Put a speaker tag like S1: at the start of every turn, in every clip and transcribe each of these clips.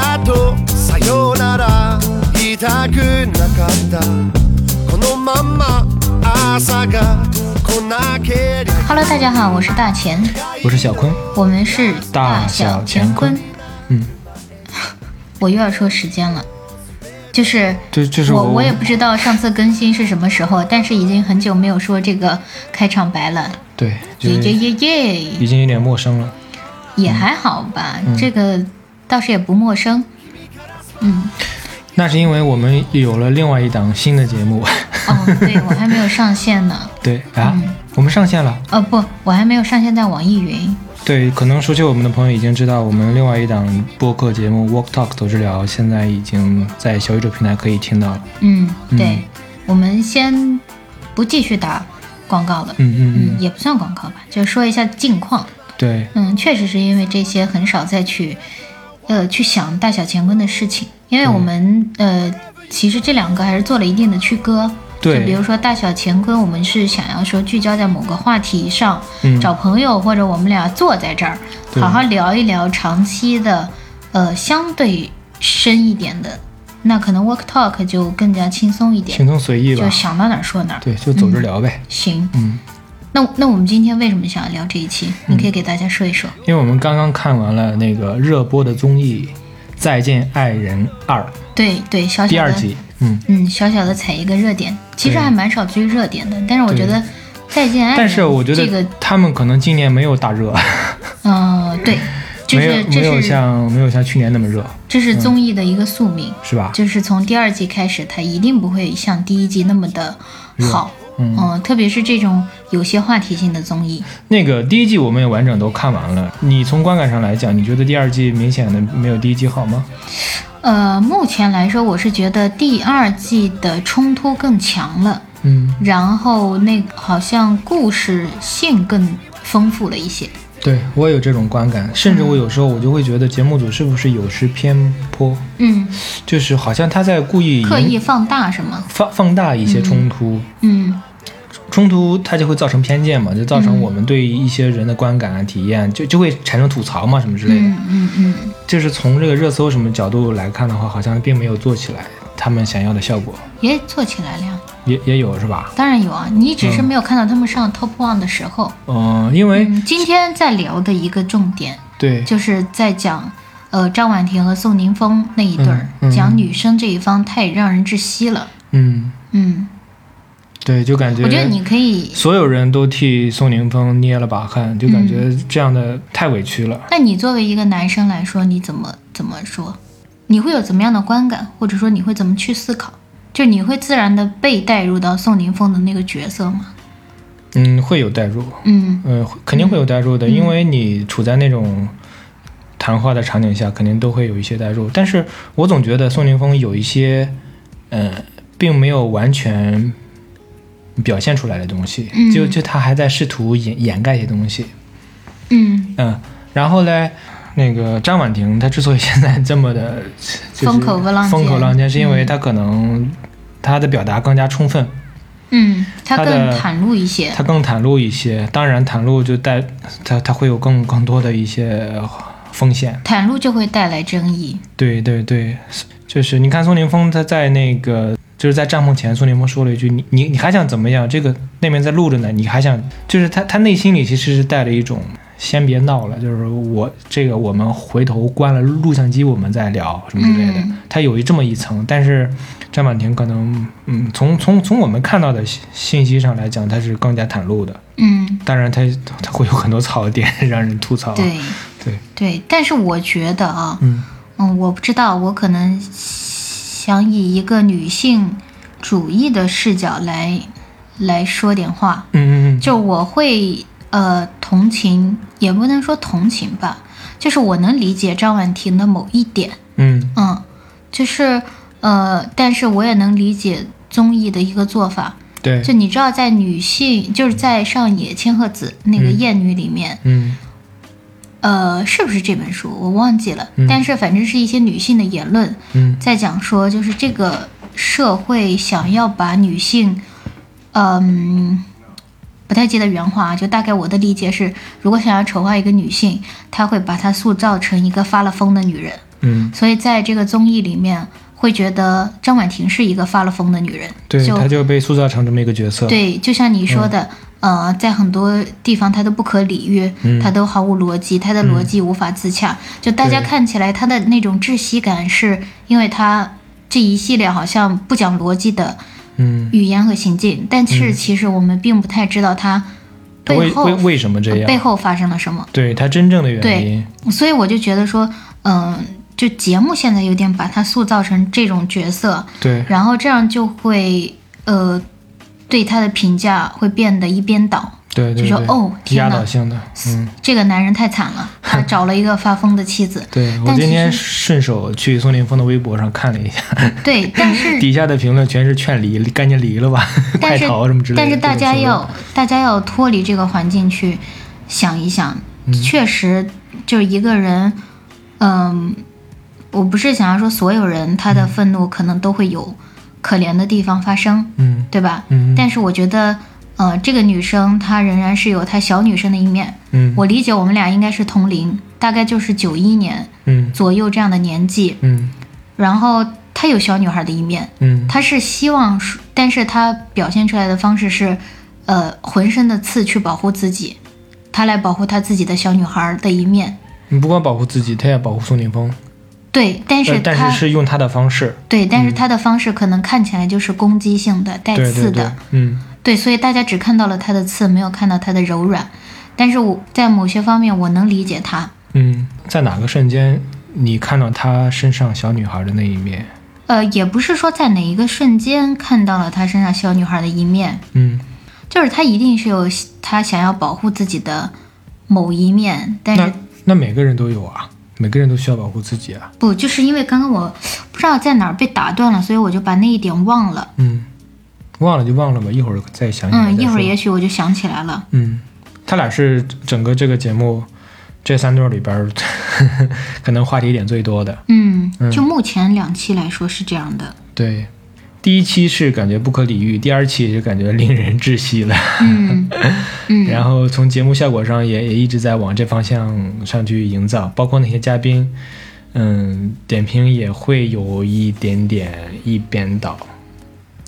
S1: あとさよなら言いたくなかったこのまま朝が来なけりゃ
S2: Hello，大家好，我是大钱，
S3: 我是小坤，
S2: 我们是
S3: 大
S2: 小
S3: 小
S2: 乾
S3: 乾坤
S2: 坤。
S3: 嗯，
S2: 我又要说时间了，就是
S3: 这这是
S2: 我
S3: 我
S2: 也不知道上次更新是什么时候，但是已经很久没有说这个开场白了，
S3: 对，嗯就
S2: 耶耶
S3: 是
S2: 耶耶，
S3: 已经有点陌生了。
S2: 也还好吧，
S3: 嗯
S2: 这个倒是也不陌生。
S3: 那是因为我们有了另外一档新的节目，
S2: 哦，对我还没有上线呢，
S3: 对啊，
S2: 嗯
S3: 我们上线了。
S2: 哦不，我还没有上线在网易云。
S3: 对，可能熟悉我们的朋友已经知道，我们另外一档播客节目《Walk Talk 走治疗》现在已经在小宇宙平台可以听到了。
S2: 嗯，对，我们先不继续打广告了。
S3: 嗯嗯嗯，
S2: 嗯，也不算广告吧，就是说一下近况。
S3: 对，
S2: 嗯，确实是因为这些很少再去，呃，去想大小乾坤的事情，因为
S3: 嗯
S2: 我们呃，其实这两个还是做了一定的区隔。
S3: 对
S2: 就比如说大小乾坤，我们是想要说聚焦在某个话题上，
S3: 嗯
S2: 找朋友或者我们俩坐在这儿，
S3: 对
S2: 好好聊一聊长期的，呃，相对深一点的。那可能 work talk 就更加轻松一
S3: 轻
S2: 点，
S3: 松随意吧
S2: 就。想到哪儿说哪儿。
S3: 对，就走着聊呗。
S2: 行，
S3: 嗯，
S2: 那那我们今天为什么想要聊这一期？你可以给大家说一说。
S3: 因为我们刚刚看完了那个热播的综艺《再见爱人二》
S2: 对对，小小的
S3: 第二集。嗯，
S2: 嗯，小小的踩一个热点，其实
S3: 对
S2: 还蛮少追热点的，但是我觉得《再见爱人》
S3: 但是我觉
S2: 这
S3: 得
S2: 个，
S3: 他们可能今年没有大热。
S2: 嗯、对，就
S3: 没有
S2: 是
S3: 没有
S2: 这是
S3: 像嗯没有像去年那么热，
S2: 这是综艺的一个宿命，
S3: 是吧？
S2: 就是从第二季开始，它一定不会像第一季那么的好，嗯、特别是这种有些话题性的综艺，
S3: 那个第一季我们也完整都看完了，你从观感上来讲，你觉得第二季明显的没有第一季好吗？
S2: 呃，目前来说，我是觉得第二季的冲突更强了。
S3: 嗯，
S2: 然后那个好像故事性更丰富了一些。
S3: 对我也有这种观感，甚至我有时候我就会觉得节目组是不是有失偏颇，
S2: 嗯，
S3: 就是好像他在故意
S2: 刻
S3: 营
S2: 意放大是吗？
S3: 放放大一些冲突，
S2: 嗯
S3: 冲突它就会造成偏见嘛，就造成我们对一些人的观感啊、体验，就就会产生吐槽嘛什么之类的。
S2: 嗯嗯嗯，
S3: 就是从这个热搜什么角度来看的话，好像并没有做起来他们想要的效果。
S2: 也做起来了呀。
S3: 也也有是吧？
S2: 当然有啊，你只是没有看到他们上 top one 的时候。
S3: 嗯、因为、
S2: 嗯，今天在聊的一个重点
S3: 对
S2: 就是在讲，呃，张婉婷和宋宁峰那一对儿，
S3: 嗯嗯
S2: 讲女生这一方太让人窒息了。
S3: 嗯，
S2: 嗯，
S3: 对，就感觉
S2: 我觉得你可以，
S3: 所有人都替宋宁峰捏了把汗，就感觉这样的太委屈了。
S2: 那你作为一个男生来说，你怎么怎么说？你会有怎么样的观感，或者说你会怎么去思考？就你会自然的被带入到宋宁峰的那个角色吗？
S3: 嗯，会有代入，
S2: 嗯
S3: 嗯、会肯定会有代入的，因为你处在那种谈话的场景下，肯定都会有一些代入。但是我总觉得宋宁峰有一些，嗯、并没有完全。表现出来的东西，
S2: 嗯
S3: 就就他还在试图掩掩盖一些东西，
S2: 嗯，
S3: 嗯，然后嘞，那个张婉婷她之所以现在这么的，就是
S2: 风口浪尖
S3: 风口浪尖，是因为她可能她的表达更加充分，
S2: 嗯，他
S3: 他
S2: 更
S3: 的
S2: 袒露一些。
S3: 她更袒露一些。当然，袒露就带她她会有更更多的一些风险。
S2: 袒露就会带来争议，
S3: 对对对，就是你看宋宁峰他在那个。就是在帐篷前，宋宁峰说了一句：“你你你还想怎么样？这个那边在录着呢，你还想……就是他他内心里其实是带了一种先别闹了，就是我这个我们回头关了录像机，我们再聊什么之类的。
S2: 嗯
S3: 他有一这么一层，但是张婉婷可能嗯，从从从我们看到的信信息上来讲，他是更加袒露的。
S2: 嗯，
S3: 当然他，他会有很多槽点让人吐槽。
S2: 对
S3: 对，
S2: 对。但是我觉得啊，
S3: 嗯
S2: 嗯，我不知道，我可能想以一个女性主义的视角来来说点话，
S3: 嗯嗯
S2: 就我会呃同情，也不能说同情吧，就是我能理解张婉婷的某一点，
S3: 嗯嗯，
S2: 嗯，就是呃，但是我也能理解综艺的一个做法，
S3: 对，
S2: 就你知道，在女性就是在上野千鹤子那个《
S3: 嗯
S2: 艳女》里面，
S3: 嗯
S2: 呃，是不是这本书我忘记了，
S3: 嗯
S2: 但是反正是一些女性的言论，
S3: 嗯
S2: 在讲说，就是这个社会想要把女性，嗯，不太记得原话啊，就大概我的理解是，如果想要丑化一个女性，她会把她塑造成一个发了疯的女人，
S3: 嗯，
S2: 所以在这个综艺里面，会觉得张婉婷是一个发了疯的女人，
S3: 对，
S2: 就
S3: 他就被塑造成这么一个角色，
S2: 对，就像你说的，
S3: 嗯
S2: 呃，在很多地方她都不可理喻，她都毫无逻辑，她的逻辑无法自洽。就大家
S3: 对
S2: 看起来她的那种窒息感，是因为她这一系列好像不讲逻辑的
S3: 嗯，
S2: 语言和行径，但是其实我们并不太知道她
S3: 他
S2: 背
S3: 为
S2: 后
S3: 嗯为为什么这
S2: 背
S3: 样？
S2: 后发生了什么。
S3: 对他真正的原因，
S2: 所以我就觉得说，嗯、就节目现在有点把她塑造成这种角色，
S3: 对
S2: 然后这样就会呃，对她的评价会变得一边倒。
S3: 对对
S2: 就说
S3: 对，
S2: 哦天
S3: 压
S2: 哪
S3: 倒性的，嗯，。
S2: 这个男人太惨了，他找了一个发疯的妻子
S3: 对我
S2: 但
S3: 今
S2: 其
S3: 天
S2: 实
S3: 顺手去宋林峰的微博上看了一下，
S2: 对，但是
S3: 底下的评论全是劝离，赶紧离了吧，快
S2: 但是
S3: 逃什么之类的。
S2: 但是大
S3: 这种
S2: 家
S3: 评论
S2: 要大家要脱离这个环境去想一想，
S3: 嗯
S2: 确实就是一个人，嗯，我不是想要说所有人他的愤怒可能都会有可怜的地方发生，
S3: 嗯
S2: 对吧？
S3: 嗯
S2: 但是我觉得。呃，这个女生她仍然是有她小女生的一面。
S3: 嗯
S2: 我理解我们俩应该是同龄，大概就是九一年
S3: 嗯
S2: 左右这样的年纪。
S3: 嗯
S2: 然后她有小女孩的一面，
S3: 嗯
S2: 她是希望说，但是她表现出来的方式是，呃，浑身的刺去保护自己，她来保护她自己的小女孩的一面。
S3: 你不光保护自己，他也保护宋宁峰，
S2: 对，但是
S3: 但
S2: 她
S3: 但是是用他的方式，
S2: 对，但是她的方式可能看起来就是攻击性的、带
S3: 对
S2: 哎刺
S3: 对
S2: 的，
S3: 对，嗯
S2: 对，所以大家只看到了她的刺，没有看到她的柔软。但是我在某些方面我能理解她，
S3: 嗯，在哪个瞬间你看到他身上小女孩的那一面？
S2: 呃，也不是说在哪一个瞬间看到了她身上小女孩的一面，
S3: 嗯，
S2: 就是他一定是有他想要保护自己的某一面，但是
S3: 那那每个人都有啊，每个人都需要保护自己啊，
S2: 不就是因为刚刚我不知道在哪儿被打断了，所以我就把那一点忘了。
S3: 嗯，忘了就忘了吧，一会儿再想起来再
S2: 嗯，
S3: 说。
S2: 一会儿也许我就想起来了。
S3: 嗯，他俩是整个这个节目这三对儿里边儿 可能话题点最多的。
S2: 嗯，就目前两期来说是这样 的。
S3: 对，第一期是感觉不可理喻，第二期是感觉令人窒息了。
S2: 嗯嗯
S3: 然后从节目效果上也也一直在往这方向上去营造，包括那些嘉宾，嗯，点评也会有一点点一边倒。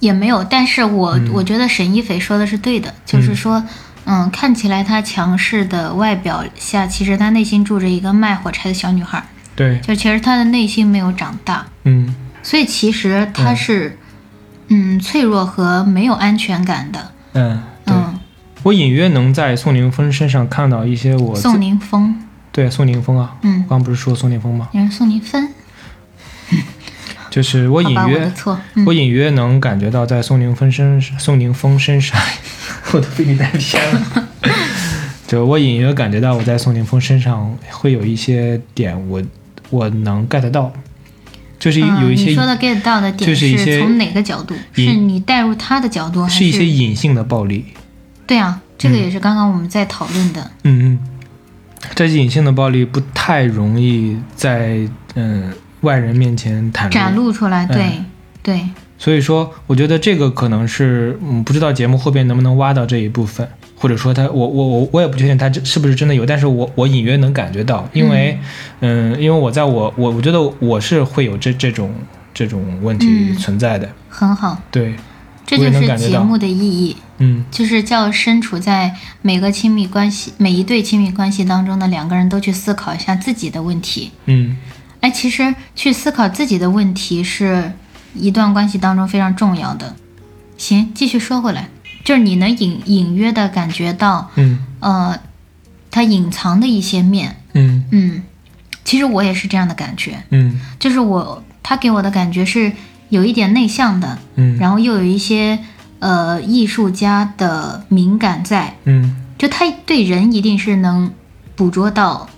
S2: 也没有，但是我、
S3: 嗯
S2: 我觉得沈一菲说的是对的，就是说，嗯看起来她强势的外表下，其实她内心住着一个卖火柴的小女孩儿，
S3: 对，
S2: 就其实她的内心没有长大。
S3: 嗯，
S2: 所以其实他是，嗯脆弱和没有安全感的。
S3: 嗯，对。
S2: 嗯，
S3: 我隐约能在宋宁峰身上看到一些我自
S2: 宋宁峰，
S3: 对宋宁峰啊，
S2: 嗯
S3: 我刚不是说宋宁峰吗？
S2: 你说宋宁芬，
S3: 就是我
S2: 好
S3: 隐
S2: 吧，我
S3: 约
S2: 的错。嗯，
S3: 我隐约能感觉到，在宋宁峰身宋宁峰身上， 我都被你带偏了。就我隐约感觉到，我在宋宁峰身上会有一些点我，我能 get 到，就是
S2: 嗯
S3: 有一些、
S2: 你说的 get 到的
S3: 就
S2: 点
S3: 是一些
S2: 从哪个角度？
S3: 隐
S2: 是你带入他的角度，还
S3: 是一些隐嗯性的暴力。
S2: 对啊，这个也是刚刚我们在讨论的。
S3: 嗯嗯，这些隐性的暴力不太容易在嗯外人面前袒露
S2: 展露出
S3: 嗯
S2: 来，对、对，
S3: 所以说，我觉得这个可能是，嗯，不知道节目后边能不能挖到这一部分，或者说他，我我我我也不确定他这是不是真的有，但是我我隐约能感觉到，因为，嗯，因为我在我我我觉得我是会有这这种这种问题
S2: 嗯
S3: 存在的，
S2: 很好，
S3: 对，
S2: 这
S3: 我也
S2: 就
S3: 能感
S2: 是
S3: 觉
S2: 节
S3: 到
S2: 目的意义，
S3: 嗯
S2: 就是叫身处在每个亲密关系、每一对亲密关系当中的两个人都去思考一下自己的问题。
S3: 嗯，
S2: 哎，其实去思考自己的问题是一段关系当中非常重要的。行，继续说回来，就是你能隐隐约的感觉到，
S3: 嗯
S2: 呃，它隐藏的一些面。
S3: 嗯
S2: 嗯，其实我也是这样的感觉，
S3: 嗯
S2: 就是我他给我的感觉是有一点内向的，
S3: 嗯
S2: 然后又有一些呃艺术家的敏感在，
S3: 嗯
S2: 就他对人一定是能捕捉到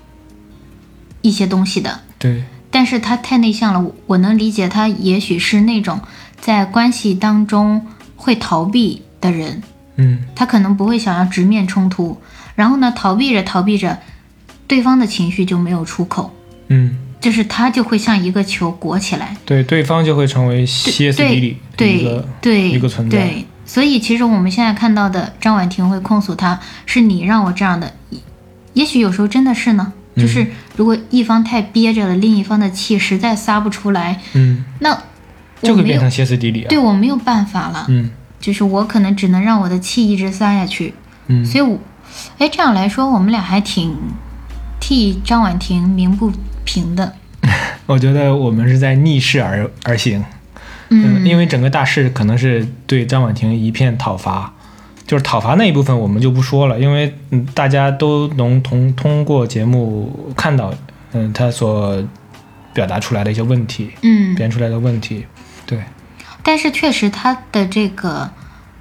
S2: 一些东西的。
S3: 对，
S2: 但是他太内向了，我我能理解他也许是那种在关系当中会逃避的人，
S3: 嗯
S2: 他可能不会想要直面冲突，然后呢，逃避着逃避着，对方的情绪就没有出口，
S3: 嗯，
S2: 就是他就会像一个球裹起来，
S3: 对，对方就会成为歇斯底里的一
S2: 对
S3: 个
S2: 对
S3: 一个存在
S2: 对，所以其实我们现在看到的张婉婷会控诉他，是你让我这样的，也也许有时候真的是呢，
S3: 嗯
S2: 就是如果一方太憋着了，另一方的气实在撒不出来，
S3: 嗯，
S2: 那
S3: 就
S2: 我
S3: 会
S2: 没
S3: 变
S2: 有
S3: 成歇斯底里啊。
S2: 对我没有办法了，
S3: 嗯
S2: 就是我可能只能让我的气一直撒下去。
S3: 嗯，
S2: 所以我，哎，这样来说，我们俩还挺替张婉婷鸣不平的。
S3: 我觉得我们是在逆势而而行，
S2: 嗯，
S3: 因为整个大势可能是对张婉婷一片讨伐，就是讨伐那一部分我们就不说了，因为嗯大家都能通通过节目看到，嗯，他所表达出来的一些问题，
S2: 嗯，
S3: 表现出来的问题，对，
S2: 但是确实他的这个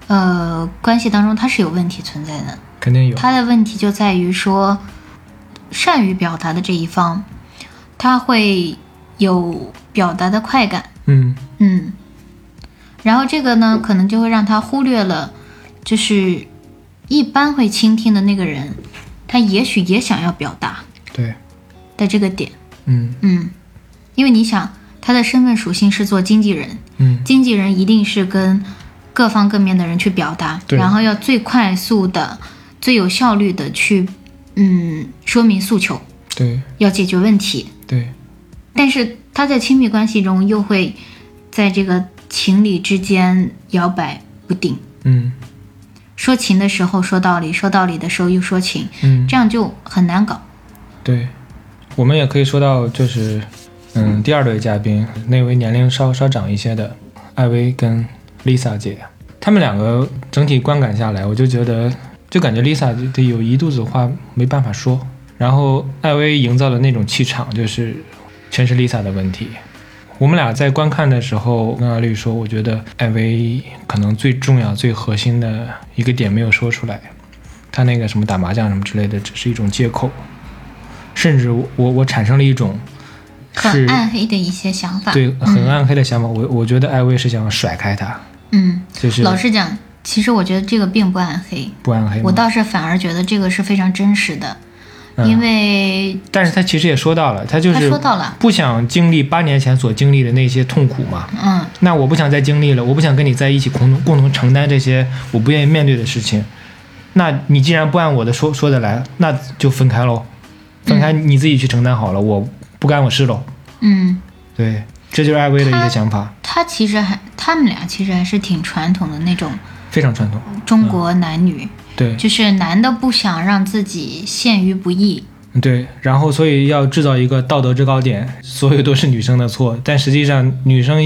S2: 呃关系当中，他是有问题存在的。
S3: 肯定有，
S2: 他的问题就在于说，善于表达的这一方，他会有表达的快感，
S3: 嗯
S2: 嗯，然后这个呢，可能就会让他忽略了，就是一般会倾听的那个人，他也许也想要表达
S3: 对，
S2: 的这个点，
S3: 嗯
S2: 嗯，因为你想，他的身份属性是做经纪人，
S3: 嗯
S2: 经纪人一定是跟各方各面的人去表达，
S3: 对
S2: 然后要最快速的、最有效率的去，嗯，说明诉求，
S3: 对
S2: 要解决问题。
S3: 对，
S2: 但是他在亲密关系中又会在这个情理之间摇摆不定，
S3: 嗯
S2: 说情的时候说道理，说道理的时候又说情，
S3: 嗯
S2: 这样就很难搞。
S3: 对，我们也可以说到就是，嗯，第二对嘉宾那位年龄稍稍长一些的艾薇跟 Lisa 姐，他们两个整体观感下来，我就觉得就感觉 Lisa 得有一肚子话没办法说，然后艾薇营造的那种气场就是全是 Lisa 的问题。我们俩在观看的时候，跟阿绿说，我觉得艾薇可能最重要、最核心的一个点没有说出来，她那个什么打麻将什么之类的，只是一种借口。甚至我我我产生了一种是
S2: 很暗黑的一些想法，
S3: 对很暗黑的想法，我我觉得艾薇是想甩开他，
S2: 嗯，
S3: 就是
S2: 老实讲，其实我觉得这个并不暗黑，
S3: 不暗黑
S2: 我
S3: 嘛。
S2: 倒是反而觉得这个是非常真实的，
S3: 嗯
S2: 因为
S3: 但是他其实也说到了，他就
S2: 他
S3: 是
S2: 说到了
S3: 不想经历八年前所经历的那些痛苦嘛。
S2: 嗯，
S3: 那我不想再经历了，我不想跟你在一起共同共同承担这些我不愿意面对的事情。那你既然不按我的说说的来，那就分开喽，分开你自己去承担好了，我不干我事喽。
S2: 嗯，
S3: 对，这就是艾薇的一
S2: 他
S3: 个想法，
S2: 他其实还他们俩其实还是挺传统的那种
S3: 非常传统。
S2: 中国男女，
S3: 嗯对，
S2: 就是男的不想让自己陷于不义，
S3: 对，然后所以要制造一个道德制高点，所有都是女生的错，但实际上女生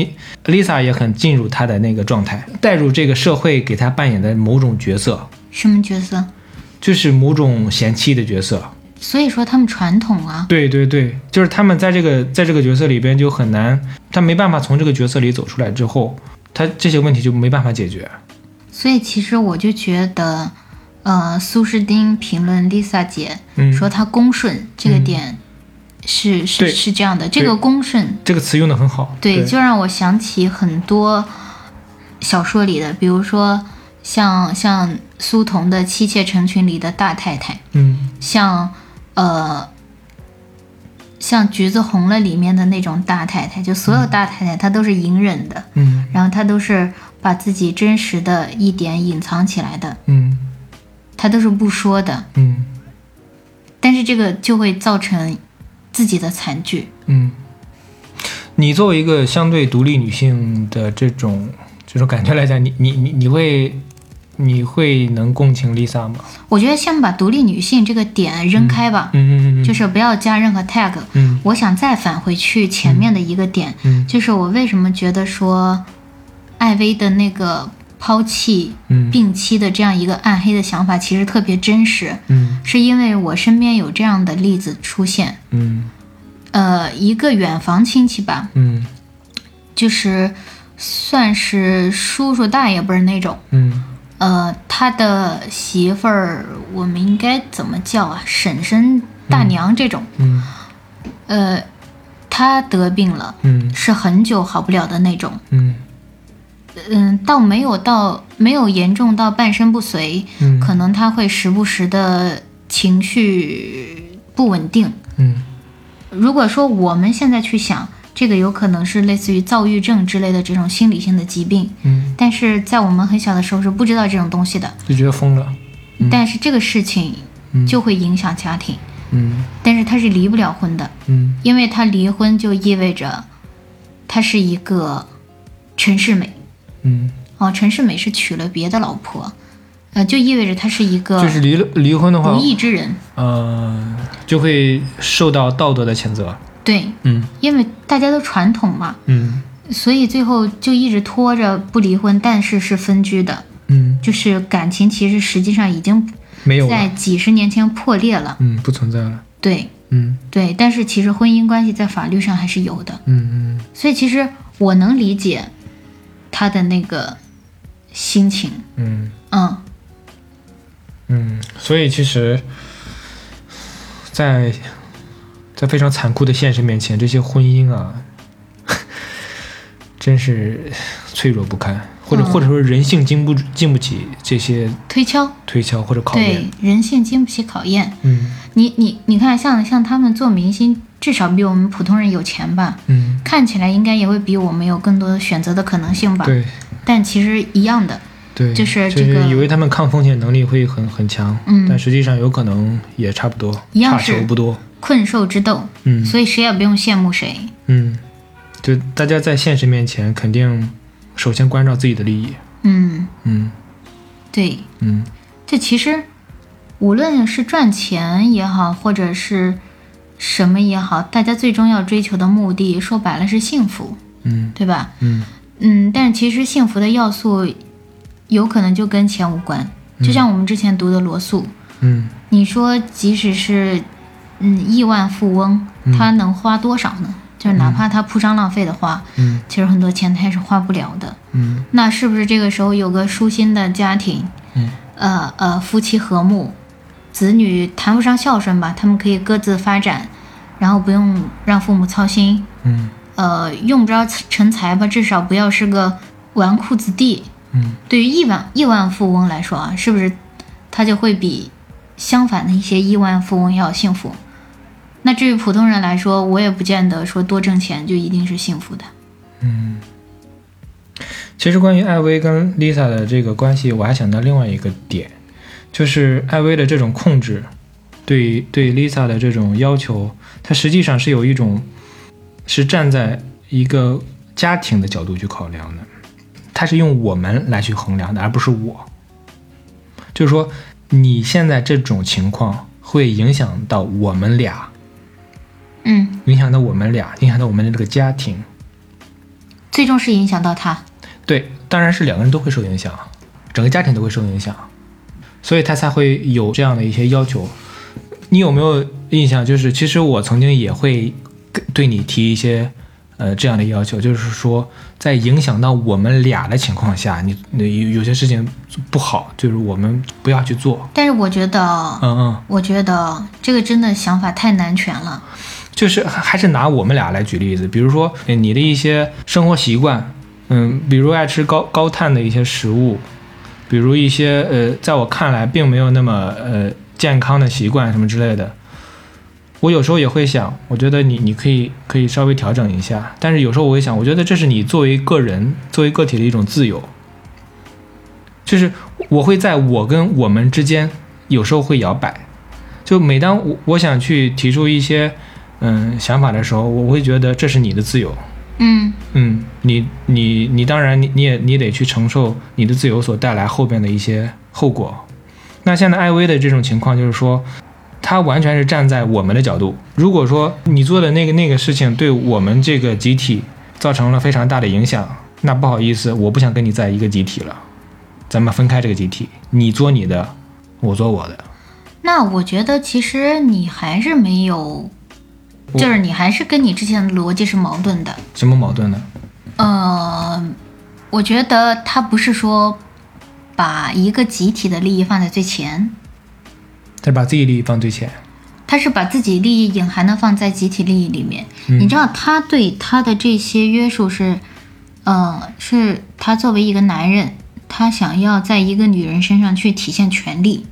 S3: Lisa 也很进入她的那个状态，带入这个社会给她扮演的某种角色，
S2: 什么角色？
S3: 就是某种嫌弃的角色。
S2: 所以说他们传统啊，
S3: 对对对，就是他们在这个在这个角色里边就很难，他没办法从这个角色里走出来之后，他这些问题就没办法解决。
S2: 所以其实我就觉得，呃，苏诗丁评论 Lisa 姐、
S3: 嗯，
S2: 说她公顺这个点是、是
S3: 对
S2: 是这样的，这
S3: 对
S2: 个公顺
S3: 这个词用的很好。
S2: 对，就让我想起很多小说里的，比如说像像苏童的《妻妾成群》里的大太太，
S3: 嗯
S2: 像呃像《橘子红了》里面的那种大太太，就所有大太太她都是隐忍的，
S3: 嗯
S2: 然后她都是把自己真实的一点隐藏起来的，
S3: 嗯
S2: 她都是不说的，
S3: 嗯
S2: 但是这个就会造成自己的惨剧。
S3: 嗯，你作为一个相对独立女性的这种这种感觉来讲，你你你你会你会能共情 Lisa 吗？
S2: 我觉得先把独立女性这个点扔开吧，
S3: 嗯嗯嗯嗯，
S2: 就是不要加任何 tag。
S3: 嗯
S2: 我想再返回去前面的一个点，
S3: 嗯
S2: 就是我为什么觉得说，艾薇的那个抛弃
S3: 嗯
S2: 病妻的这样一个暗黑的想法，其实特别真实，
S3: 嗯
S2: 是因为我身边有这样的例子出现。
S3: 嗯
S2: 呃，一个远房亲戚吧，
S3: 嗯
S2: 就是算是叔叔大爷辈儿那种。
S3: 嗯
S2: 呃，他的媳妇儿，我们应该怎么叫啊？婶婶、大娘这种。
S3: 嗯
S2: 呃，他得病了，
S3: 嗯
S2: 是很久好不了的那种。
S3: 嗯
S2: 嗯，倒没有到没有严重到半身不遂，
S3: 嗯
S2: 可能他会时不时的情绪不稳定。
S3: 嗯
S2: 如果说我们现在去想，这个有可能是类似于躁郁症之类的这种心理性的疾病，
S3: 嗯，
S2: 但是在我们很小的时候是不知道这种东西的。
S3: 就觉得疯了。
S2: 但是这个事情
S3: 嗯
S2: 就会影响家庭，
S3: 嗯
S2: 但是他是离不了婚的，
S3: 嗯
S2: 因为他离婚就意味着他是一个陈世美
S3: 嗯，
S2: 哦，陈世美是娶了别的老婆，呃，就意味着他是一个
S3: 就是离了离婚的
S2: 不
S3: 话，
S2: 义之人。
S3: 呃，就会受到道德的谴责。
S2: 对，
S3: 嗯
S2: 因为大家都传统嘛，
S3: 嗯
S2: 所以最后就一直拖着不离婚，但是是分居的，
S3: 嗯，
S2: 就是感情其实实际上已经
S3: 没有
S2: 在
S3: 了，
S2: 几十年前破裂了。
S3: 嗯，不存在了。
S2: 对
S3: 嗯
S2: 对，但是其实婚姻关系在法律上还是有的，
S3: 嗯嗯
S2: 所以其实我能理解他的那个心情，
S3: 嗯
S2: 嗯，
S3: 嗯，所以其实，在在非常残酷的现实面前，这些婚姻啊，真是脆弱不堪，或者、
S2: 嗯
S3: 或者说人性经不经不起这些
S2: 推敲，
S3: 推敲或者考验
S2: 对。人性经不起考验。
S3: 嗯
S2: 你你你看，像像他们做明星，至少比我们普通人有钱吧，
S3: 嗯，
S2: 看起来应该也会比我们有更多选择的可能性吧。
S3: 对
S2: 但其实一样的，
S3: 对，
S2: 就是
S3: 就
S2: 这个
S3: 是以为他们抗风险能力会很很强，
S2: 嗯
S3: 但实际上有可能也差不多，
S2: 一样
S3: 差
S2: 是
S3: 球不多。
S2: 困兽之斗，
S3: 嗯，
S2: 所以谁也不用羡慕谁。
S3: 嗯，就大家在现实面前肯定首先关照自己的利益。
S2: 嗯，
S3: 嗯
S2: 对，
S3: 嗯
S2: 这其实无论是赚钱也好，或者是什么也好，大家最终要追求的目的，说白了是幸福，
S3: 嗯
S2: 对吧？
S3: 嗯
S2: 嗯，但是其实幸福的要素有可能就跟钱无关，就像我们之前读的罗素，
S3: 嗯
S2: 你说即使是嗯亿万富翁，
S3: 嗯
S2: 他能花多少呢？就是哪怕他铺张浪费的花，
S3: 嗯
S2: 其实很多钱他也是花不了的。
S3: 嗯
S2: 那是不是这个时候有个舒心的家庭，
S3: 嗯
S2: 呃呃，夫妻和睦，子女谈不上孝顺吧，他们可以各自发展，然后不用让父母操心，
S3: 嗯
S2: 呃，用不着成才吧，至少不要是个纨绔子弟。
S3: 嗯
S2: 对于亿万亿万富翁来说啊，是不是他就会比相反的一些亿万富翁要幸福？那至于普通人来说，我也不见得说多挣钱就一定是幸福的。
S3: 嗯。其实关于艾薇跟 Lisa 的这个关系，我还想到另外一个点，就是艾薇的这种控制，对对 Lisa 的这种要求，它实际上是有一种是站在一个家庭的角度去考量的，它是用我们来去衡量的，而不是我。就是说，你现在这种情况会影响到我们俩，
S2: 嗯，
S3: 影响到我们俩，影响到我们的这个家庭。
S2: 最终是影响到他。
S3: 对，当然是两个人都会受影响，整个家庭都会受影响，所以他才会有这样的一些要求。你有没有印象？就是其实我曾经也会跟对你提一些呃这样的要求，就是说在影响到我们俩的情况下，你你有有些事情不好，就是我们不要去做。
S2: 但是我觉得，
S3: 嗯嗯，
S2: 我觉得这个真的想法太男权了。
S3: 就是还还是拿我们俩来举例子，比如说呃你的一些生活习惯，嗯，比如爱吃高高碳的一些食物，比如一些呃，在我看来并没有那么呃健康的习惯什么之类的。我有时候也会想，我觉得你你可以可以稍微调整一下，但是有时候我会想，我觉得这是你作为个人作为个体的一种自由，就是我会在我跟我们之间有时候会摇摆，就每当我我想去提出一些嗯想法的时候，我会觉得这是你的自由，
S2: 嗯
S3: 嗯，你你你当然你你也你得去承受你的自由所带来后边的一些后果。那现在艾薇的这种情况就是说，她完全是站在我们的角度。如果说你做的那个那个事情对我们这个集体造成了非常大的影响，那不好意思，我不想跟你在一个集体了，咱们分开这个集体，你做你的，我做我的。
S2: 那我觉得其实你还是没有，
S3: 我
S2: 就是你还是跟你之前的逻辑是矛盾的。
S3: 什么矛盾呢？
S2: 呃，我觉得他不是说把一个集体的利益放在最前，
S3: 他把自己利益放最前。
S2: 他是把自己利益隐含的放在集体利益里面。
S3: 嗯
S2: 你知道他对他的这些约束是，呃，是他作为一个男人，他想要在一个女人身上去体现权利。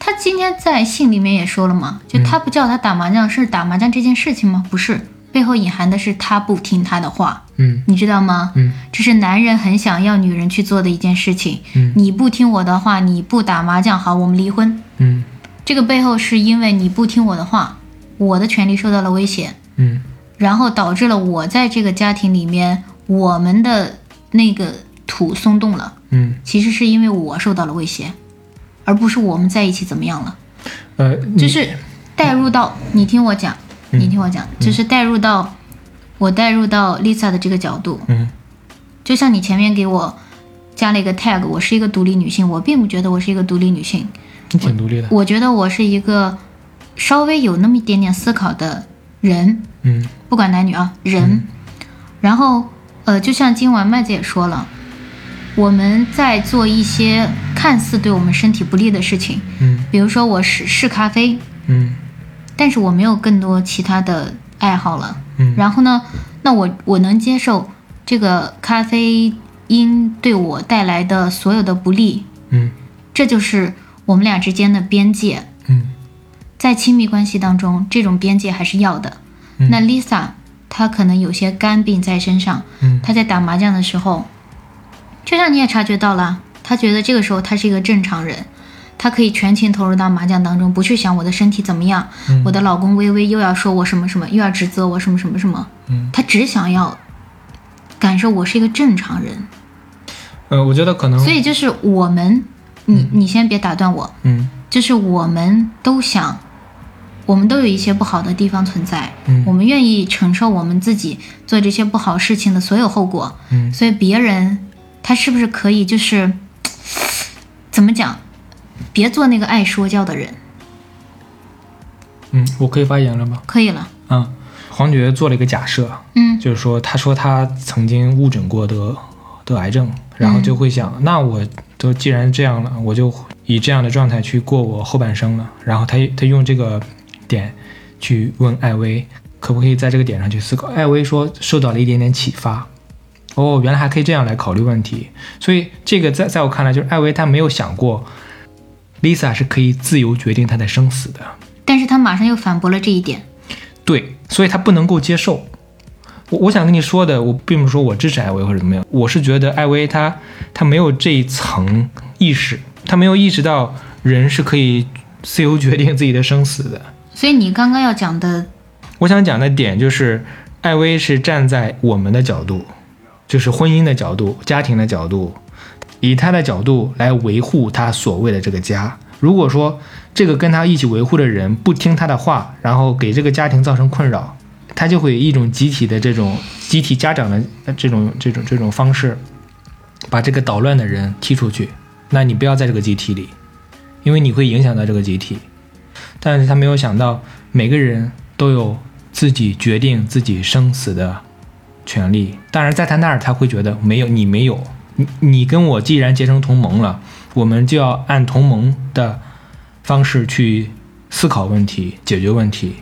S2: 他今天在信里面也说了嘛，
S3: 嗯
S2: 就他不叫他打麻将，是打麻将这件事情吗？不是，背后隐含的是他不听他的话，
S3: 嗯
S2: 你知道吗？
S3: 嗯
S2: 这是男人很想要女人去做的一件事情。
S3: 嗯
S2: 你不听我的话，你不打麻将，好，我们离婚。
S3: 嗯
S2: 这个背后是因为你不听我的话，我的权利受到了威胁，
S3: 嗯
S2: 然后导致了我在这个家庭里面，我们的那个土松动了，
S3: 嗯，
S2: 其实是因为我受到了威胁，而不是我们在一起怎么样了。
S3: 呃，
S2: 就
S3: 你
S2: 是带入到你听我讲，你听我讲，就是带入到我带入到 Lisa 的这个角度，
S3: 嗯
S2: 就像你前面给我加了一个 tag，我是一个独立女性，我并不觉得我是一个独立女性，
S3: 你挺独立的，
S2: 我觉得我是一个稍微有那么一点点思考的人，
S3: 嗯
S2: 不管男女啊，人。然后，呃，就像今晚麦姐也说了，我们在做一些看似对我们身体不利的事情，
S3: 嗯
S2: 比如说我是试咖啡，
S3: 嗯
S2: 但是我没有更多其他的爱好了。
S3: 嗯
S2: 然后呢，那我我能接受这个咖啡因对我带来的所有的不利，
S3: 嗯
S2: 这就是我们俩之间的边界。
S3: 嗯
S2: 在亲密关系当中，这种边界还是要的。
S3: 嗯
S2: 那 Lisa 她可能有些肝病在身上，
S3: 嗯
S2: 她在打麻将的时候，就像你也察觉到了，她觉得这个时候她是一个正常人，她可以全情投入到麻将当中，不去想我的身体怎么样，
S3: 嗯
S2: 我的老公微微又要说我什么什么，又要指责我什么什么什么，
S3: 嗯
S2: 她只想要感受我是一个正常人。
S3: 呃，我觉得可能，
S2: 所以就是我们，你你先别打断我，
S3: 嗯
S2: 就是我们都想，我们都有一些不好的地方存在，
S3: 嗯
S2: 我们愿意承受我们自己做这些不好事情的所有后果，
S3: 嗯
S2: 所以别人他是不是可以就是怎么讲，别做那个爱说教的人，
S3: 嗯，我可以发言了吗？
S2: 可以了，
S3: 啊，黄觉做了一个假设，啊
S2: 嗯
S3: 就是说，他说他曾经误诊过得得癌症，然后就会想，那我都既然这样了，我就以这样的状态去过我后半生了。然后他他用这个点去问艾薇，可不可以在这个点上去思考？艾薇说受到了一点点启发，哦，原来还可以这样来考虑问题。所以这个在在我看来，就是艾薇她没有想过，Lisa 是可以自由决定她的生死的。
S2: 但是他马上又反驳了这一点，
S3: 对，所以他不能够接受。我我想跟你说的，我并不是说我支持艾薇或者怎么样，我是觉得艾薇她她没有这一层意识，她没有意识到人是可以自由决定自己的生死的。
S2: 所以你刚刚要讲的，
S3: 我想讲的点就是，艾薇是站在我们的角度，就是婚姻的角度、家庭的角度，以她的角度来维护她所谓的这个家。如果说这个跟她一起维护的人不听她的话，然后给这个家庭造成困扰，她就会以一种集体的这种集体家长的呃这种这种这种方式，把这个捣乱的人踢出去。那你不要在这个集体里，因为你会影响到这个集体。但是他没有想到，每个人都有自己决定自己生死的权利。当然，在他那儿，他会觉得没有你没有你，你跟我既然结成同盟了，我们就要按同盟的方式去思考问题、解决问题。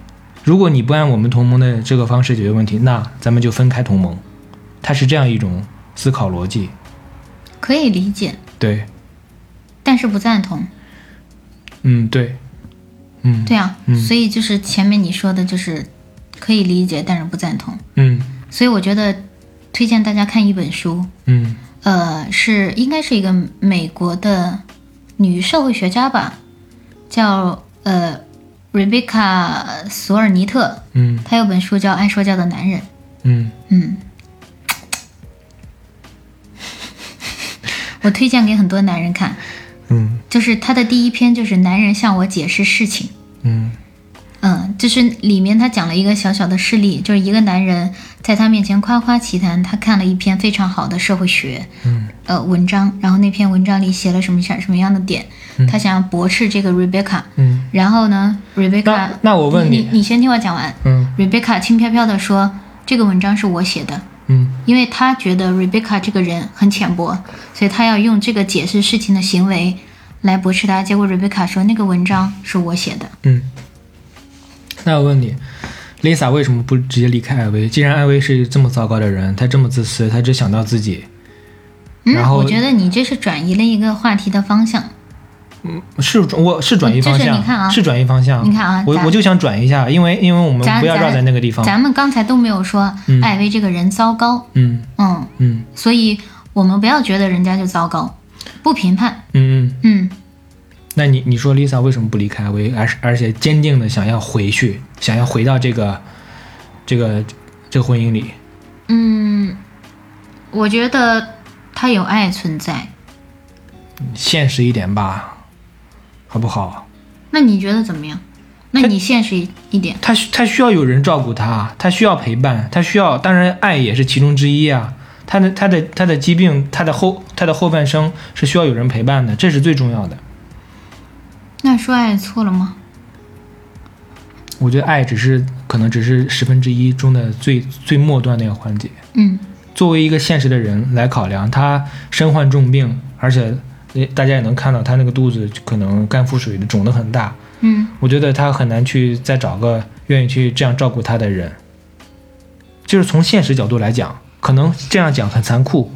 S3: 如果你不按我们同盟的这个方式解决问题，那咱们就分开同盟。他是这样一种思考逻辑，
S2: 可以理解，
S3: 对，
S2: 但是不赞同，
S3: 嗯，对，嗯，
S2: 对啊，
S3: 嗯
S2: 所以就是前面你说的就是可以理解，但是不赞同，
S3: 嗯
S2: 所以我觉得推荐大家看一本书，
S3: 嗯
S2: 呃，是应该是一个美国的女社会学家吧，叫呃 Rebecca 索尔尼特，
S3: 嗯
S2: 她有本书叫《爱说教的男人》。
S3: 嗯，
S2: 嗯，我推荐给很多男人看，
S3: 嗯
S2: 就是她的第一篇就是《男人向我解释事情》。
S3: 嗯
S2: 嗯，就是里面他讲了一个小小的事例，就是一个男人在他面前夸夸其谈，他看了一篇非常好的社会学，
S3: 嗯，
S2: 呃，文章，然后那篇文章里写了什么啥什么样的点，他想要驳斥这个 Rebecca，
S3: 嗯，
S2: 然后呢，Rebecca，
S3: 那那我问
S2: 你
S3: 你
S2: 你先听我讲完
S3: 嗯
S2: ，Rebecca 轻飘飘的说，这个文章是我写的，
S3: 嗯。
S2: 因为他觉得 Rebecca 这个人很浅薄，所以他要用这个解释事情的行为来驳斥他，结果 Rebecca 说那个文章是我写的，
S3: 嗯，那我问你，Lisa 为什么不直接离开艾薇？既然艾薇是这么糟糕的人，她这么自私，她只想到自己，
S2: 嗯
S3: 然，后
S2: 我觉得你这是转移了一个话题的方向。
S3: 是我是转移方
S2: 就是
S3: 向，
S2: 你看啊
S3: 是转移方向。
S2: 你看啊
S3: 我
S2: 咱
S3: 我就想转一下，因为因为我们
S2: 咱
S3: 不要绕
S2: 咱
S3: 在那个地方。
S2: 咱们刚才都没有说
S3: 嗯
S2: 艾薇这个人糟糕，
S3: 嗯
S2: 嗯，
S3: 嗯
S2: 所以我们不要觉得人家就糟糕，不评判，
S3: 嗯嗯，
S2: 嗯，
S3: 那你你说 Lisa 为什么不离开维，而是而且坚定的想要回去，想要回到这个这个这个婚姻里？
S2: 嗯，我觉得他有爱存在。
S3: 现实一点吧，好不好？
S2: 那你觉得怎么样？那你现实一一点，
S3: 他需他需要有人照顾他，他需要陪伴，他需要，当然爱也是其中之一啊。他的他的他的疾病，他的后他的后半生是需要有人陪伴的，这是最重要的。
S2: 那说爱错了吗？
S3: 我觉得爱只是可能只是十分之一中的最最末端那个环节。
S2: 嗯
S3: 作为一个现实的人来考量，他身患重病，而且呃大家也能看到他那个肚子可能肝腹水的肿得很大，
S2: 嗯
S3: 我觉得他很难去再找个愿意去这样照顾他的人。就是从现实角度来讲，可能这样讲很残酷。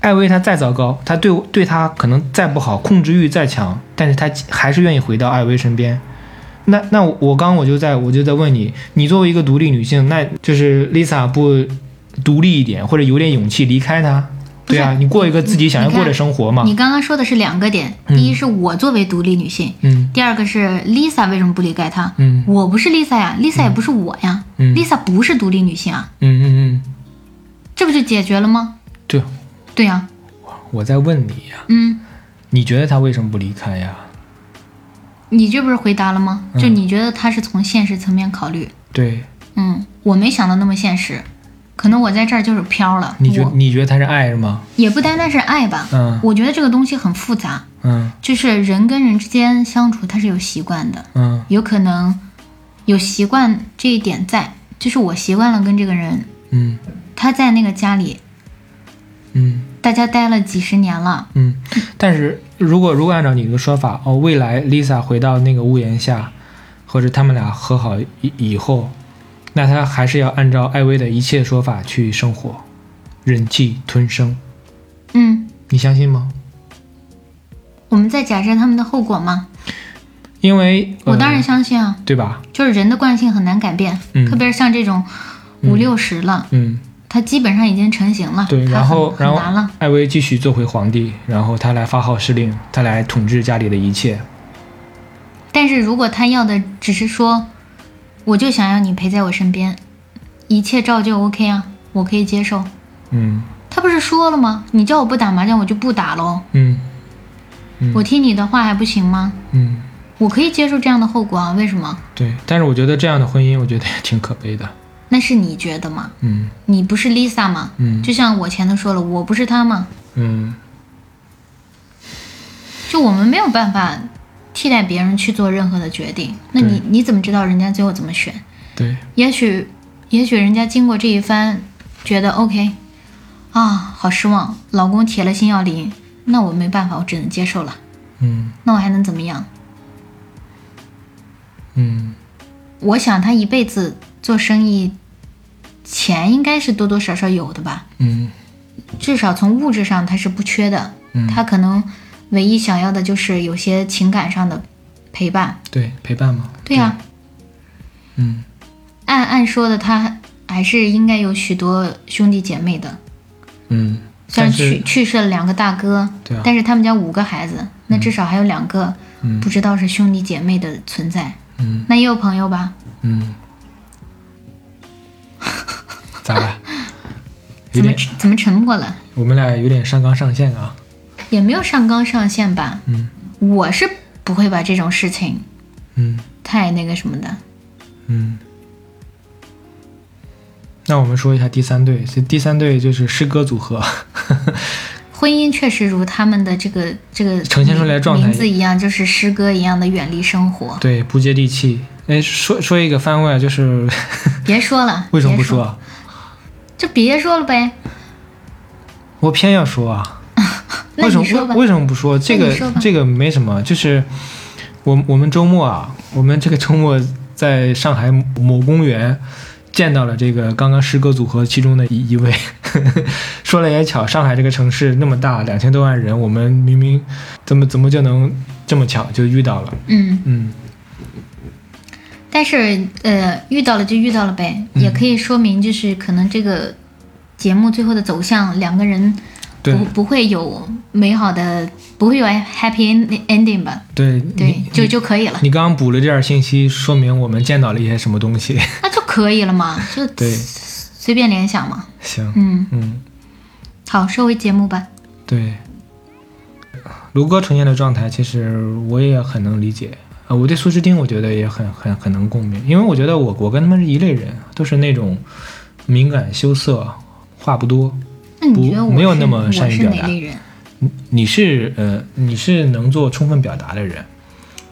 S3: 艾薇她再糟糕，她对我对她可能再不好，控制欲再强，但是她还是愿意回到艾薇身边。那那我我刚我就在我就在问你，你作为一个独立女性，那就是 Lisa 不独立一点，或者有点勇气离开她？对啊，
S2: 不是
S3: 你过一个自己想要过的生活嘛
S2: 你。刚刚说的是两个点，
S3: 嗯
S2: 第一是我作为独立女性，
S3: 嗯
S2: 第二个是 Lisa 为什么不理解他？
S3: 嗯
S2: 我不是 Lisa 呀，Lisa 也不是我呀、
S3: 嗯
S2: l i s a 不是独立女性啊，
S3: 嗯嗯嗯，
S2: 这不就解决了吗？
S3: 对，
S2: 对呀、
S3: 我在问你呀、
S2: 嗯，
S3: 你觉得她为什么不离开呀、
S2: 你这不是回答了吗？
S3: 嗯
S2: 就你觉得他是从现实层面考虑，
S3: 对，
S2: 嗯，我没想到那么现实，可能我在这儿就是飘了。
S3: 你觉
S2: 我
S3: 你觉得他是爱是吗？
S2: 也不单单是爱吧，
S3: 嗯
S2: 我觉得这个东西很复杂，
S3: 嗯
S2: 就是人跟人之间相处，它是有习惯的，
S3: 嗯
S2: 有可能有习惯这一点在，就是我习惯了跟这个人，
S3: 嗯
S2: 他在那个家里，
S3: 嗯
S2: 大家待了几十年了，
S3: 嗯。但是如果如果按照你的说法，哦，未来 Lisa 回到那个屋檐下，或者他们俩和好以以后，那她还是要按照艾薇的一切说法去生活，忍气吞声，
S2: 嗯，
S3: 你相信吗？
S2: 我们再假设他们的后果嘛，
S3: 因为、呃
S2: 我当然相信啊，
S3: 对吧？
S2: 就是人的惯性很难改变，
S3: 嗯
S2: 特别是像这种五六十了，
S3: 嗯，
S2: 他基本上已经成型了，
S3: 对。
S2: 他
S3: 然后
S2: 很
S3: 然
S2: 很难
S3: 后
S2: 了，
S3: 艾薇继续做回皇帝，然后他来发号施令，他来统治家里的一切。
S2: 但是如果他要的只是说，我就想要你陪在我身边，一切照旧 OK 啊，我可以接受。
S3: 嗯
S2: 他不是说了吗？你叫我不打麻将，我就不打喽。
S3: 嗯嗯
S2: 我听你的话还不行吗？
S3: 嗯。
S2: 我可以接受这样的后果啊？为什么？
S3: 对，但是我觉得这样的婚姻，我觉得也挺可悲的。
S2: 那是你觉得吗？
S3: 嗯
S2: 你不是 Lisa 吗？
S3: 嗯
S2: 就像我前头说了，我不是他吗？
S3: 嗯
S2: 就我们没有办法替代别人去做任何的决定。那你你怎么知道人家最后怎么选？，
S3: 对，
S2: 也许，也许人家经过这一番，觉得 OK，啊，好失望，老公铁了心要离，那我没办法，我只能接受了。
S3: 嗯
S2: 那我还能怎么样？
S3: 嗯
S2: 我想他一辈子做生意，钱应该是多多少少有的吧，
S3: 嗯
S2: 至少从物质上他是不缺的。
S3: 嗯
S2: 他可能唯一想要的就是有些情感上的陪伴。
S3: 对，陪伴嘛。
S2: 对呀、
S3: 嗯
S2: 按按说的，他还是应该有许多兄弟姐妹的。
S3: 嗯，
S2: 虽然
S3: 但
S2: 去
S3: 是
S2: 去世了两个大哥，
S3: 对啊
S2: 但是他们家五个孩子，那至少还有两个
S3: 嗯
S2: 不知道是兄弟姐妹的存在，
S3: 嗯
S2: 那也有朋友吧？
S3: 嗯，咋了？有
S2: 怎么
S3: 点，
S2: 沉怎么沉默了？
S3: 我们俩有点上纲上线啊。
S2: 也没有上纲上线吧？
S3: 嗯
S2: 我是不会把这种事情
S3: 嗯
S2: 太那个什么的。
S3: 嗯。那我们说一下第三对，这第三对就是诗歌组合，
S2: 婚姻确实如他们的这个这个
S3: 呈现出来的状态
S2: 名字一样，就是诗歌一样的远离生 活。
S3: 对，不接地气。哎，说说一个番外，就是
S2: 别说了，
S3: 为什么不
S2: 别说
S3: 说？啊？
S2: 就别说了呗。
S3: 我偏要说啊。
S2: 那
S3: 为什
S2: 你
S3: 么
S2: 说吧
S3: 为，为什么不说？这
S2: 那
S3: 个
S2: 你说吧
S3: 这个没什么，就是我我们周末啊，我们这个周末在上海某公园见到了这个刚刚诗歌组合其中的一一位。 说来也巧，上海这个城市那么大，两千多万人，我们明明怎么怎么就能这么巧就遇到了？
S2: 嗯，
S3: 嗯
S2: 但是呃，遇到了就遇到了
S3: 嗯
S2: 呗，也可以说明就是可能这个节目最后的走向，两个人
S3: 对
S2: 不不会有美好的，不会有 happy ending 吧？
S3: 对
S2: 对
S3: 你，
S2: 就就可 以了，
S3: 你刚刚补了这点信息，说明我们见到了一些什么东西。
S2: 那就可以了嘛，就
S3: 对
S2: 随便联想嘛。
S3: 行，
S2: 嗯，
S3: 嗯，
S2: 好，收回节目吧。
S3: 对。卢哥呈现的状态，其实我也很能理解。呃，我对苏诗丁，我觉得也很很很能共鸣，因为我觉得我我跟他们是一类人，都是那种敏感、羞涩、话不多。
S2: 那你觉得
S3: 不
S2: 我
S3: 没有
S2: 是
S3: 那么
S2: 我
S3: 善于
S2: 是
S3: 表
S2: 哪
S3: 达
S2: 类人？
S3: 你你是呃，你是能做充分表达的人，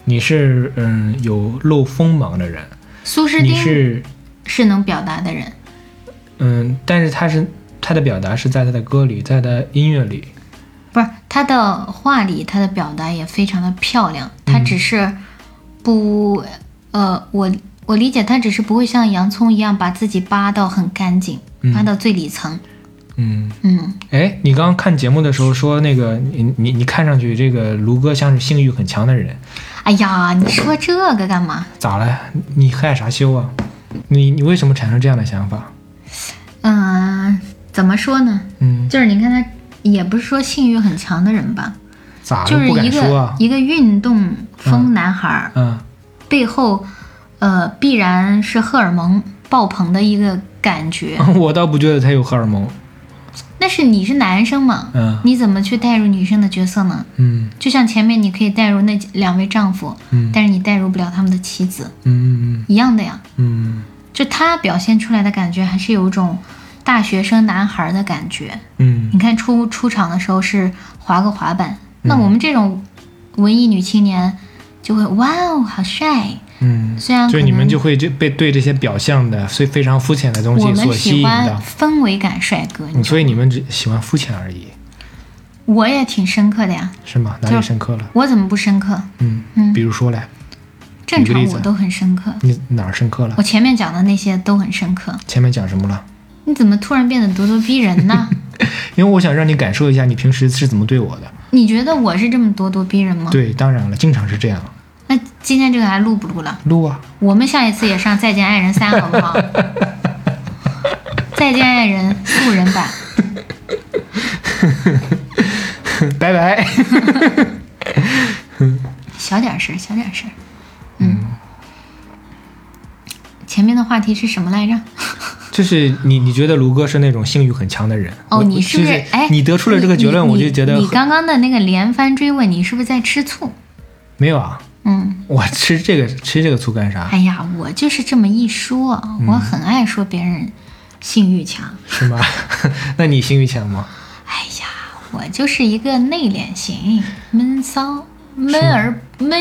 S3: 你是嗯、有露锋芒的人，
S2: 苏诗
S3: 你
S2: 丁
S3: 是
S2: 是能表达的人，
S3: 嗯，但是他是他的表达是在他的歌里，在他的音乐里，
S2: 不是他的话里，他的表达也非常的漂亮，他
S3: 嗯
S2: 只是不、呃，我我理解他只是不会像洋葱一样把自己扒到很干净，扒到最里层。
S3: 嗯。
S2: 嗯，
S3: 哎，你刚刚看节目的时候说那个你你你看上去这个卢哥像是性欲很强的人，
S2: 哎呀，你说这个干嘛？
S3: 咋了？你害啥羞啊？你你为什么产生这样的想法？
S2: 嗯、怎么说呢？
S3: 嗯，
S2: 就是你看他也不是说性欲很强的人吧，
S3: 咋
S2: 就
S3: 了？
S2: 是
S3: 不
S2: 一
S3: 敢说
S2: 个、
S3: 啊？
S2: 一个运动风男孩儿、
S3: 嗯
S2: 背后，呃，必然是荷尔蒙爆棚的一个感觉。
S3: 我倒不觉得他有荷尔蒙。
S2: 那是你是男生嘛？
S3: 嗯
S2: 你怎么去带入女生的角色呢？
S3: 嗯
S2: 就像前面你可以带入那两位丈夫，
S3: 嗯
S2: 但是你带入不了他们的妻子，
S3: 嗯嗯
S2: 一样的呀。
S3: 嗯
S2: 就他表现出来的感觉，还是有一种大学生男孩的感觉。
S3: 嗯
S2: 你看出出场的时候是滑个滑板，
S3: 嗯
S2: 那我们这种文艺女青年就会哇哦，好帅！
S3: 嗯
S2: 虽然
S3: 嗯，就
S2: 可
S3: 是你们
S2: 能
S3: 就会这被对这些表象的非非常肤浅的东
S2: 我
S3: 西
S2: 们
S3: 所吸
S2: 喜
S3: 引
S2: 欢
S3: 的，
S2: 氛围感帅哥，你
S3: 嗯所以你们只喜欢肤浅而已，
S2: 我也挺深刻的呀，
S3: 是吗？哪
S2: 就
S3: 里
S2: 是
S3: 深刻了？
S2: 我怎么不深刻？
S3: 嗯
S2: 嗯
S3: 比如说嘞，
S2: 正
S3: 举个
S2: 常
S3: 例子
S2: 我都很深刻，
S3: 你哪儿深刻了
S2: 我？前面讲的那些都很深刻。
S3: 前面讲什么了？
S2: 你怎么突然变得咄咄逼人呢？
S3: 因为我想让你感受一下你平时是怎么对我的。
S2: 你觉得我是这么咄咄逼人吗？
S3: 对，当然了，经常是这样。
S2: 那今天这个还录不录了？
S3: 录 啊，
S2: 我们下一次也上《再见爱人三》好不好？《再见爱人》素人版，
S3: 拜拜。
S2: 小点声，小点声。
S3: 嗯
S2: 嗯，前面的话题是什么来着？
S3: 就是你，你觉得卢哥是那种性欲很强的人？
S2: 哦，
S3: 我
S2: 你是不？
S3: 就是
S2: 哎，
S3: 你得出了这个结论，
S2: 你
S3: 我就觉得
S2: 你你
S3: 很
S2: 刚刚的那个连番追问，你是不是在吃醋？
S3: 没有啊。
S2: 嗯，
S3: 我吃这个吃这个醋干啥？
S2: 哎呀，我就是这么一说，我
S3: 嗯
S2: 很爱说别人性欲强。
S3: 是吗？ 那你性欲强吗？
S2: 哎呀，我就是一个内敛型，闷骚，闷而闷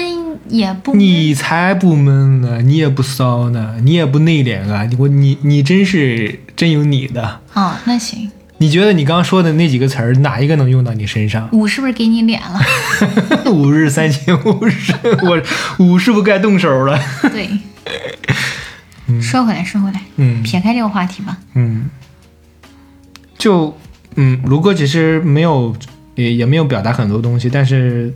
S2: 也不闷
S3: 你才不闷呢，你也不骚呢，你也不内敛啊！你我你你真是真有你的。
S2: 哦，那行，
S3: 你觉得你刚刚说的那几个词儿，哪一个能用到你身上？
S2: 我是不是给你脸了？
S3: 五日三千五十，我五是不该动手了。
S2: 对。 说回来，说回来，
S3: 嗯
S2: 撇开这个话题吧。
S3: 嗯，就嗯，卢哥其实没有也也没有表达很多东西，但是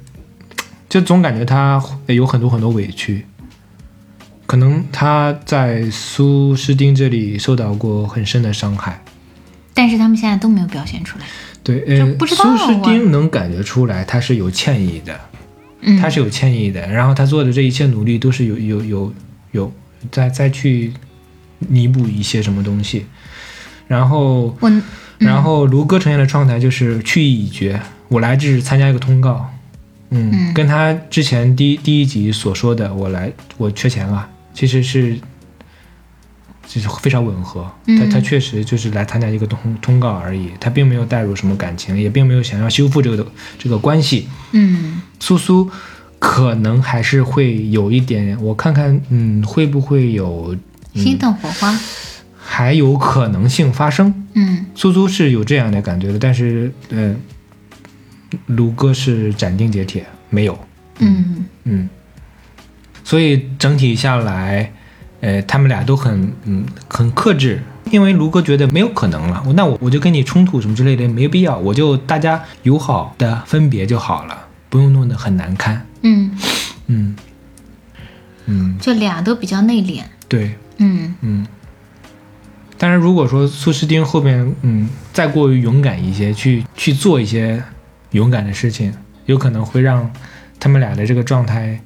S3: 就总感觉他有很多很多委屈。可能他在苏诗丁这里受到过很深的伤害，
S2: 但是他们现在都没有表现出来。
S3: 对，
S2: 就
S3: 呃，
S2: 不知道
S3: 苏
S2: 啊
S3: 诗丁能感觉出来他是有歉意的，
S2: 嗯，
S3: 他是有歉意的，然后他做的这一切努力都是有有有有再再去弥补一些什么东西，然后
S2: 我嗯
S3: 然后卢哥呈现的状态就是去意已决，我来这是参加一个通告，嗯，
S2: 嗯
S3: 跟他之前第一第一集所说的我来我缺钱了，其实是就是非常吻合，他
S2: 嗯
S3: 他确实就是来参加一个通通告而已，他并没有带入什么感情，也并没有想要修复这个这个关系，
S2: 嗯，
S3: 苏苏可能还是会有一点，我看看，嗯，会不会有，
S2: 心疼火花，
S3: 还有可能性发生。
S2: 嗯
S3: 苏苏是有这样的感觉的，但是，嗯、卢哥是斩钉截铁，没有，
S2: 嗯
S3: 嗯，所以整体下来，呃，他们俩都很，嗯，很克制。因为卢哥觉得没有可能了，那我我就跟你冲突什么之类的没必要，我就大家友好的分别就好了，不用弄得很难堪。
S2: 嗯，
S3: 嗯，嗯，
S2: 就俩都比较内敛。
S3: 对，
S2: 嗯，
S3: 嗯，当然，如果说苏诗丁后面嗯再过于勇敢一些，去去做一些勇敢的事情，有可能会让他们俩的这个状态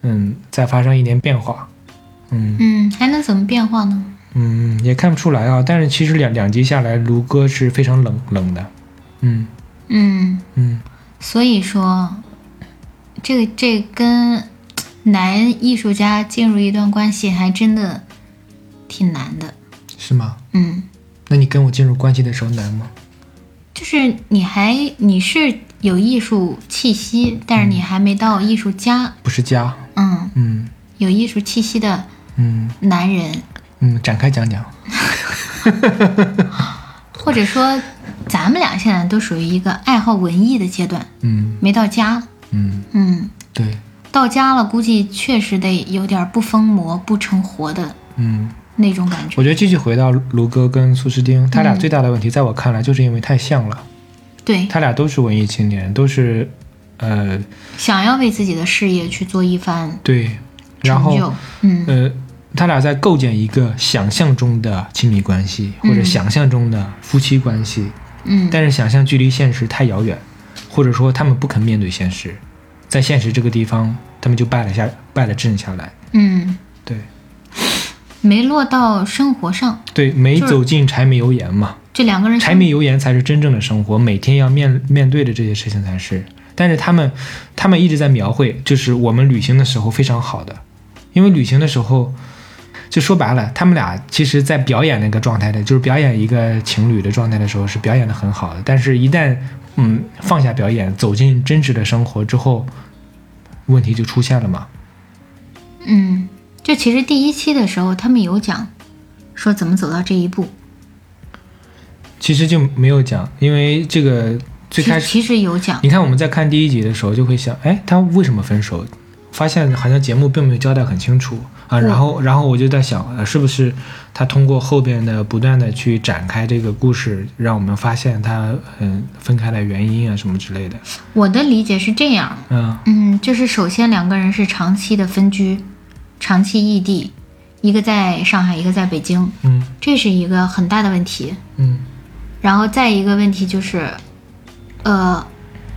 S3: 嗯再发生一点变化。嗯
S2: 嗯，还能怎么变化呢？
S3: 嗯，也看不出来啊。但是其实两两集下来，卢哥是非常冷冷的。嗯
S2: 嗯，
S3: 嗯，
S2: 所以说，这个这跟男艺术家进入一段关系还真的挺难的。
S3: 是吗？
S2: 嗯，
S3: 那你跟我进入关系的时候难吗？
S2: 就是你还你是有艺术气息，但是你还没到艺术家，
S3: 不是家。
S2: 嗯，
S3: 嗯
S2: 有艺术气息的
S3: 嗯
S2: 男人，
S3: 嗯，展开讲讲。
S2: 或者说咱们俩现在都属于一个爱好文艺的阶段，
S3: 嗯
S2: 没到家。
S3: 嗯，
S2: 嗯，
S3: 对，
S2: 到家了，估计确实得有点不疯魔不成活的
S3: 嗯。
S2: 那种感觉。
S3: 我觉得继续回到卢哥跟苏诗丁，他俩最大的问题，在我看来，就是因为太像了。
S2: 对，
S3: 他俩都是文艺青年，都是，呃，
S2: 想要为自己的事业去做一番
S3: 对，然
S2: 成
S3: 后
S2: 就，嗯
S3: 呃，他俩在构建一个想象中的亲密关系，或者
S2: 嗯
S3: 想象中的夫妻关系，
S2: 嗯，
S3: 但是想象距离现实太遥远，或者说他们不肯面对现实，在现实这个地方，他们就败了下，败了阵下来。
S2: 嗯，
S3: 对
S2: 没落到生活上，
S3: 对，没
S2: 就是
S3: 走进柴米油盐嘛。
S2: 这两个人
S3: 柴米油盐才是真正的生活，每天要面面对的这些事情才是。但是他们，他们一直在描绘，就是我们旅行的时候非常好的，因为旅行的时候，就说白了，他们俩其实在表演那个状态的，就是表演一个情侣的状态的时候是表演的很好的，但是一旦嗯放下表演，走进真实的生活之后，问题就出现了嘛。
S2: 嗯，就其实第一期的时候他们有讲说怎么走到这一步，
S3: 其实就没有讲，因为这个最
S2: 其
S3: 开
S2: 实
S3: 始
S2: 其实有讲，
S3: 你看我们在看第一集的时候，就会想，哎，他为什么分手？发现好像节目并没有交代很清楚啊。然后，然后我就在想，呃，是不是他通过后边的不断的去展开这个故事，让我们发现他嗯分开的原因啊什么之类的。
S2: 我的理解是这样，
S3: 嗯
S2: 嗯，就是首先两个人是长期的分居，长期异地，一个在上海，一个在北京，
S3: 嗯
S2: 这是一个很大的问题，
S3: 嗯
S2: 然后再一个问题就是，呃，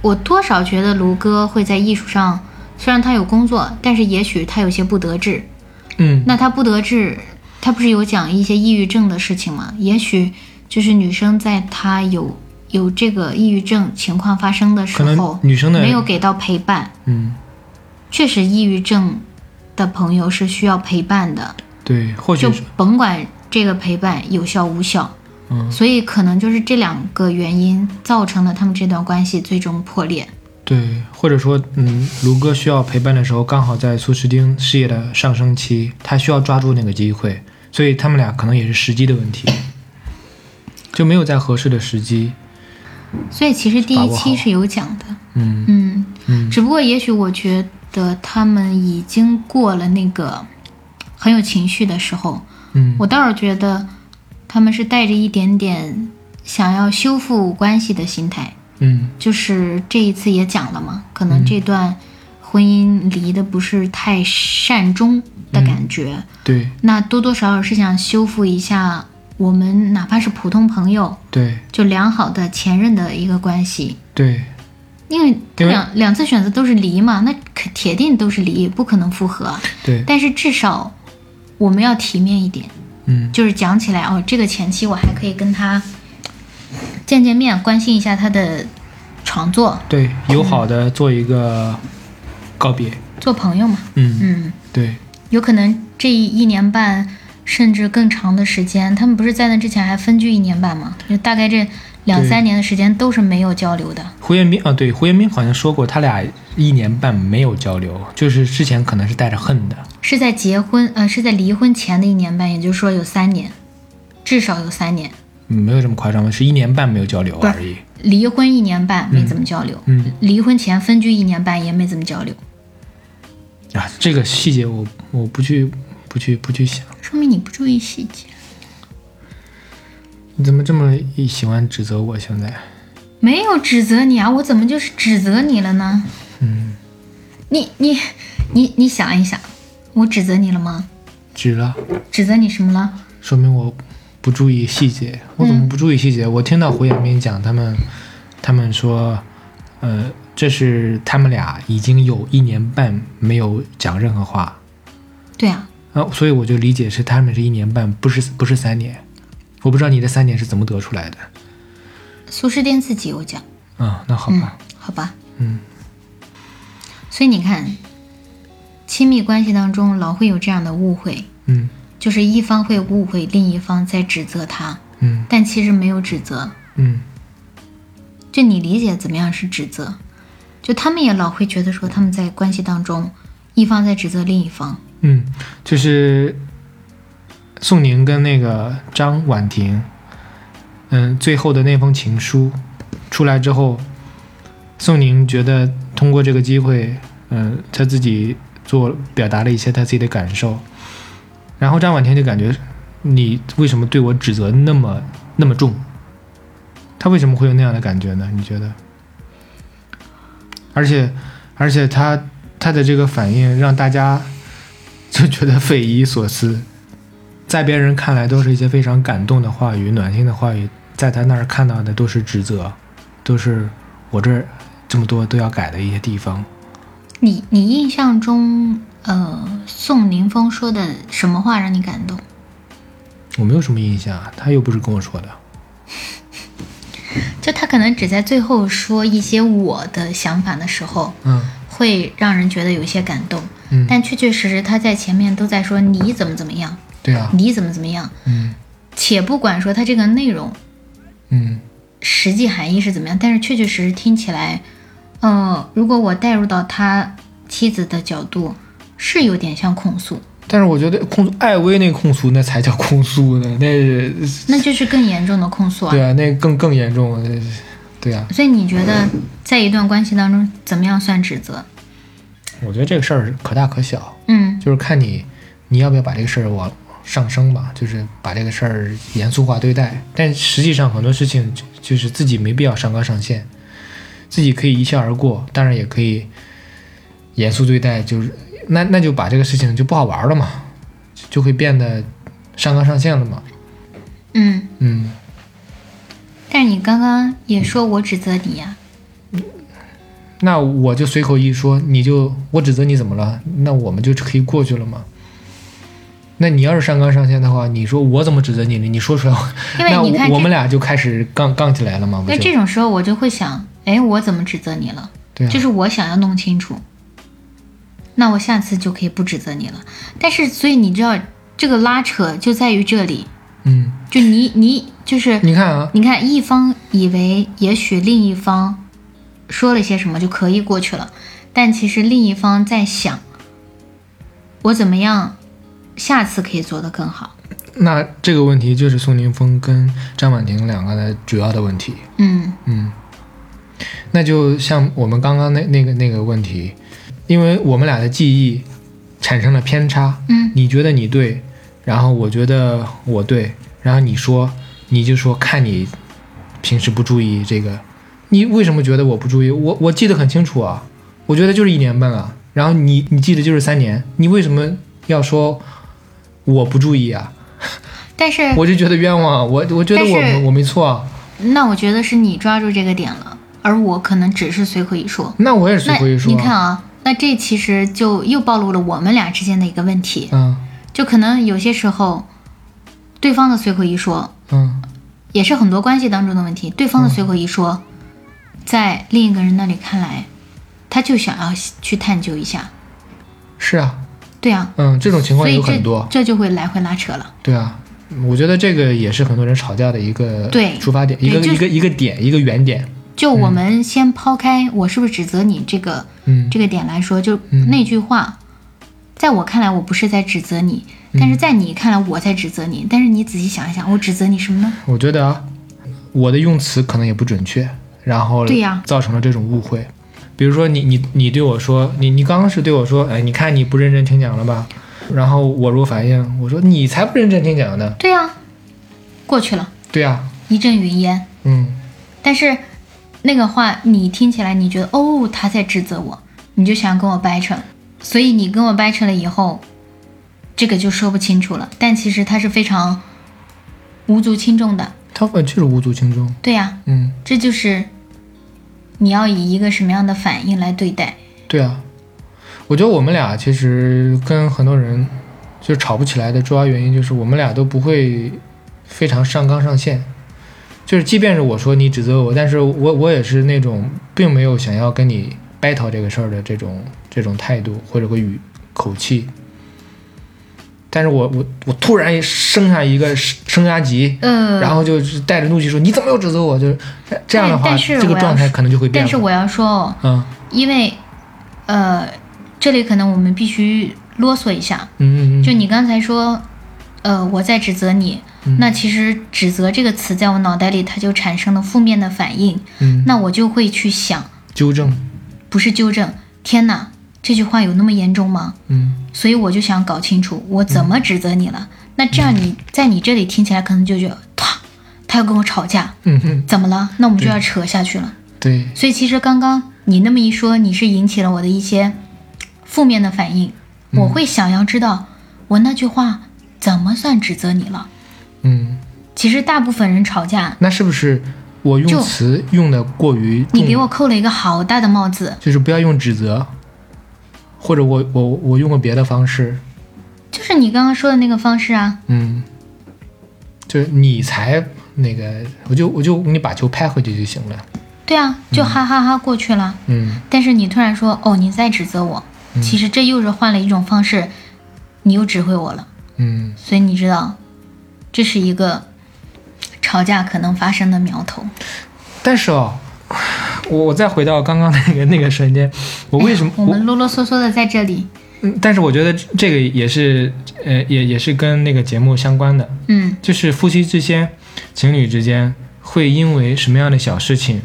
S2: 我多少觉得卢哥会在艺术上，虽然他有工作，但是也许他有些不得志。
S3: 嗯
S2: 那他不得志，他不是有讲一些抑郁症的事情吗？也许就是女生在他有有这个抑郁症情况发生的时
S3: 可能
S2: 候，
S3: 女生的
S2: 没有给到陪伴。
S3: 嗯
S2: 确实，抑郁症的朋友是需要陪伴的。
S3: 对，或许
S2: 就是甭管这个陪伴有效无效，
S3: 嗯
S2: 所以可能就是这两个原因造成了他们这段关系最终破裂。
S3: 对，或者说嗯，卢哥需要陪伴的时候，刚好在苏诗丁事业的上升期，他需要抓住那个机会，所以他们俩可能也是时机的问题，就没有在合适的时机。
S2: 所以其实第
S3: 把
S2: 一
S3: 握
S2: 期
S3: 好
S2: 是有讲的，
S3: 嗯
S2: 嗯，
S3: 嗯
S2: 只不过也许我觉得他们已经过了那个很有情绪的时候，
S3: 嗯
S2: 我倒是觉得他们是带着一点点想要修复关系的心态，
S3: 嗯
S2: 就是这一次也讲了嘛，可能这段婚姻离的不是太善终的
S3: 嗯
S2: 感觉，
S3: 对
S2: 那多多少少是想修复一下我们哪怕是普通朋友，
S3: 对
S2: 就良好的前任的一个关系。
S3: 对
S2: 因为他
S3: 因为
S2: 两两次选择都是离嘛，那可铁定都是离，不可能复合。
S3: 对，
S2: 但是至少我们要体面一点，
S3: 嗯
S2: 就是讲起来哦，这个前妻我还可以跟他见见面，关心一下他的创作，
S3: 对，友好的做一个告别。
S2: 做朋友嘛。
S3: 嗯，
S2: 嗯，
S3: 对
S2: 有可能这一年半甚至更长的时间，他们不是在那之前还分居一年半吗？就大概这两
S3: 对
S2: 三年的时间都是没有交流的。
S3: 胡彦斌啊，对胡彦斌好像说过，他俩一年半没有交流，就是之前可能是带着恨的。
S2: 是在结婚，呃，是在离婚前的一年半，也就是说有三年，至少有三年。
S3: 嗯没有这么夸张吧？是一年半没有交流
S2: 不是
S3: 而已。
S2: 离婚一年半没怎么交流，
S3: 嗯
S2: 离婚前分居一年半也没怎么交流，
S3: 啊，这个细节我我不去不去不去想。
S2: 说明你不注意细节。
S3: 你怎么这么一喜欢指责我？现在，
S2: 没有指责你啊，我怎么就是指责你了呢？
S3: 嗯，
S2: 你你你你想一想，我指责你了吗？
S3: 指了，
S2: 指责你什么了？
S3: 说明我不注意细节？我怎么不注意细节？我听到胡彦斌讲他们，他们说，呃，这是他们俩已经有一年半没有讲任何话，
S2: 对啊，
S3: 啊，所以我就理解是他们是一年半，不是不是三年。我不知道你的三年是怎么得出来的。
S2: 苏诗丁自己有讲，
S3: 啊、那好
S2: 嗯
S3: 吧，，
S2: 好吧，
S3: 嗯
S2: 所以你看，亲密关系当中老会有这样的误会，
S3: 嗯
S2: 就是一方会误会另一方在指责他，
S3: 嗯
S2: 但其实没有指责，
S3: 嗯
S2: 就你理解怎么样是指责？就他们也老会觉得说他们在关系当中，一方在指责另一方，
S3: 嗯，就是宋宁跟那个张婉婷，嗯，最后的那封情书出来之后，宋宁觉得通过这个机会，嗯，他自己做表达了一些他自己的感受，然后张婉婷就感觉你为什么对我指责那么那么重？他为什么会有那样的感觉呢？你觉得？而且，而且他他的这个反应让大家就觉得匪夷所思，在别人看来都是一些非常感动的话语、暖心的话语，在他那儿看到的都是指责，都是我这儿这么多都要改的一些地方。
S2: 你你印象中，呃，宋宁峰说的什么话让你感动？
S3: 我没有什么印象啊，他又不是跟我说的。
S2: 就他可能只在最后说一些我的想法的时候，
S3: 嗯
S2: 会让人觉得有一些感动，
S3: 嗯，
S2: 但确确实实他在前面都在说你怎么怎么样，
S3: 对啊，
S2: 你怎么怎么样，
S3: 嗯
S2: 且不管说他这个内容
S3: 嗯
S2: 实际含义是怎么样，但是确确实实听起来，呃，如果我带入到他妻子的角度，是有点像控诉，
S3: 但是我觉得控诉艾薇那控诉那才叫控诉呢，那是
S2: 那就是更严重的控诉啊
S3: 对。啊，那更更严重，那是对啊。
S2: 所以你觉得在一段关系当中，怎么样算指责？
S3: 我觉得这个事儿可大可小，
S2: 嗯
S3: 就是看你你要不要把这个事儿往上升吧，就是把这个事儿严肃化对待。但实际上很多事情就就是自己没必要上纲上线，自己可以一笑而过，当然也可以严肃对待，就是那那就把这个事情就不好玩了嘛，就就会变得上纲上线了嘛。
S2: 嗯，
S3: 嗯，
S2: 但是你刚刚也说我指责你呀、
S3: 那我就随口一说，你就我指责你怎么了？那我们就可以过去了嘛。那你要是上纲上线的话，你说我怎么指责你呢？你说出来，
S2: 因为
S3: 那
S2: 你看
S3: 我
S2: 这
S3: 我们俩就开始杠杠起来了嘛，不
S2: 那
S3: 就
S2: 这种时候我就会想，哎，我怎么指责你了？
S3: 对啊，
S2: 就是我想要弄清楚，那我下次就可以不指责你了。但是，所以你知道这个拉扯就在于这里，
S3: 嗯，
S2: 就你你就是
S3: 你看啊，
S2: 你看一方以为也许另一方说了些什么就可以过去了，但其实另一方在想，我怎么样下次可以做得更好。
S3: 那这个问题就是宋宁峰跟张婉婷两个的主要的问题，
S2: 嗯
S3: 嗯，那就像我们刚刚那那个那个问题，因为我们俩的记忆产生了偏差，
S2: 嗯
S3: 你觉得你对，然后我觉得我对，然后你说你就说看你平时不注意这个，你为什么觉得我不注意？我我记得很清楚啊，我觉得就是一年半啊，然后你你记得就是三年，你为什么要说我不注意啊？
S2: 但是
S3: 我就觉得冤枉啊，我我觉得
S2: 但
S3: 我
S2: 是
S3: 我没错啊，
S2: 那我觉得是你抓住这个点了，而我可能只是随口一说。
S3: 那我也是会说，
S2: 那你看，啊，那这其实就又暴露了我们俩之间的一个问题，
S3: 嗯
S2: 就可能有些时候，对方的随口一说，
S3: 嗯
S2: 也是很多关系当中的问题。对方的随口一说，在另一个人那里看来，他就想要去探究一下，
S3: 是啊，
S2: 对啊，
S3: 嗯，这种情
S2: 所
S3: 况
S2: 以
S3: 有
S2: 这
S3: 很多，
S2: 这就会来回拉扯了。
S3: 对啊。我觉得这个也是很多人吵架的一个
S2: 对
S3: 出发点，一个
S2: 对就是
S3: 一个一个点，一个原点。
S2: 就我们先抛开我是不是指责你这个、
S3: 嗯，
S2: 这个点来说，就
S3: 嗯
S2: 那句话，在我看来我不是在指责你，
S3: 嗯
S2: 但是在你看来我在指责你，但是你仔细想一想，我指责你什么呢？
S3: 我觉得啊，我的用词可能也不准确，然后
S2: 对呀
S3: 造成了这种误会。比如说你你你对我说，你你刚刚是对我说，哎，你看你不认真听讲了吧？然后我如反应，我说你才不认真听讲呢。
S2: 对呀、过去了，
S3: 对啊，
S2: 一阵云烟。
S3: 嗯，
S2: 但是那个话你听起来，你觉得哦，他在指责我，你就想跟我掰扯，所以你跟我掰扯了以后，这个就说不清楚了。但其实他是非常无足轻重的。
S3: 他呃就是无足轻重，
S2: 对呀、
S3: 嗯，
S2: 这就是你要以一个什么样的反应来对待。
S3: 对啊，我觉得我们俩其实跟很多人就是吵不起来的主要原因就是我们俩都不会非常上纲上线，就是即便是我说你指责我，但是我我也是那种并没有想要跟你 battle 这个事儿的这种这种态度或者个语口气。但是我我我突然升下一个升升压级，
S2: 呃，
S3: 然后就是带着怒气说你怎么又指责我？就是这这样的话，
S2: 但是
S3: 这个
S2: 我要
S3: 状态
S2: 说
S3: 可能就会
S2: 但
S3: 变了。
S2: 是我要说哦，
S3: 嗯
S2: 因为呃，这里可能我们必须啰嗦一下。
S3: 嗯嗯嗯，
S2: 就你刚才说，呃，我在指责你，
S3: 嗯
S2: 那其实“指责”这个词在我脑袋里它就产生了负面的反应，
S3: 嗯
S2: 那我就会去想，
S3: 纠正，
S2: 不是纠正，天哪，这句话有那么严重吗？
S3: 嗯
S2: 所以我就想搞清楚我怎么指责你了。那这样你在你这里听起来可能就觉得，他他要跟我吵架，
S3: 嗯嗯，
S2: 怎么了？那我们就
S3: 对
S2: 要扯下去了。
S3: 对
S2: 所以其实刚刚你那么一说，你是引起了我的一些负面的反应，我会想要知道我那句话怎么算指责你了。
S3: 嗯，
S2: 其实大部分人吵架，
S3: 那是不是我
S2: 就
S3: 用词用的过于重？
S2: 你给我扣了一个好大的帽子，
S3: 就是不要用指责，或者我我我用个别的方式，
S2: 就是你刚刚说的那个方式啊。
S3: 嗯，就是你才那个，我就我就你把球拍回去就行了，
S2: 对啊，就哈哈哈过去了。
S3: 嗯
S2: 但是你突然说哦，你在指责我，其实这又是换了一种方式，你又指挥我了。
S3: 嗯，
S2: 所以你知道，这是一个吵架可能发生的苗头。
S3: 但是哦。我我再回到刚刚那个那个瞬间，我为什么、
S2: 哎我们啰啰嗦嗦的在这里，
S3: 嗯但是我觉得这个也是，呃，也也是跟那个节目相关的，
S2: 嗯
S3: 就是夫妻之间、情侣之间会因为什么样的小事情，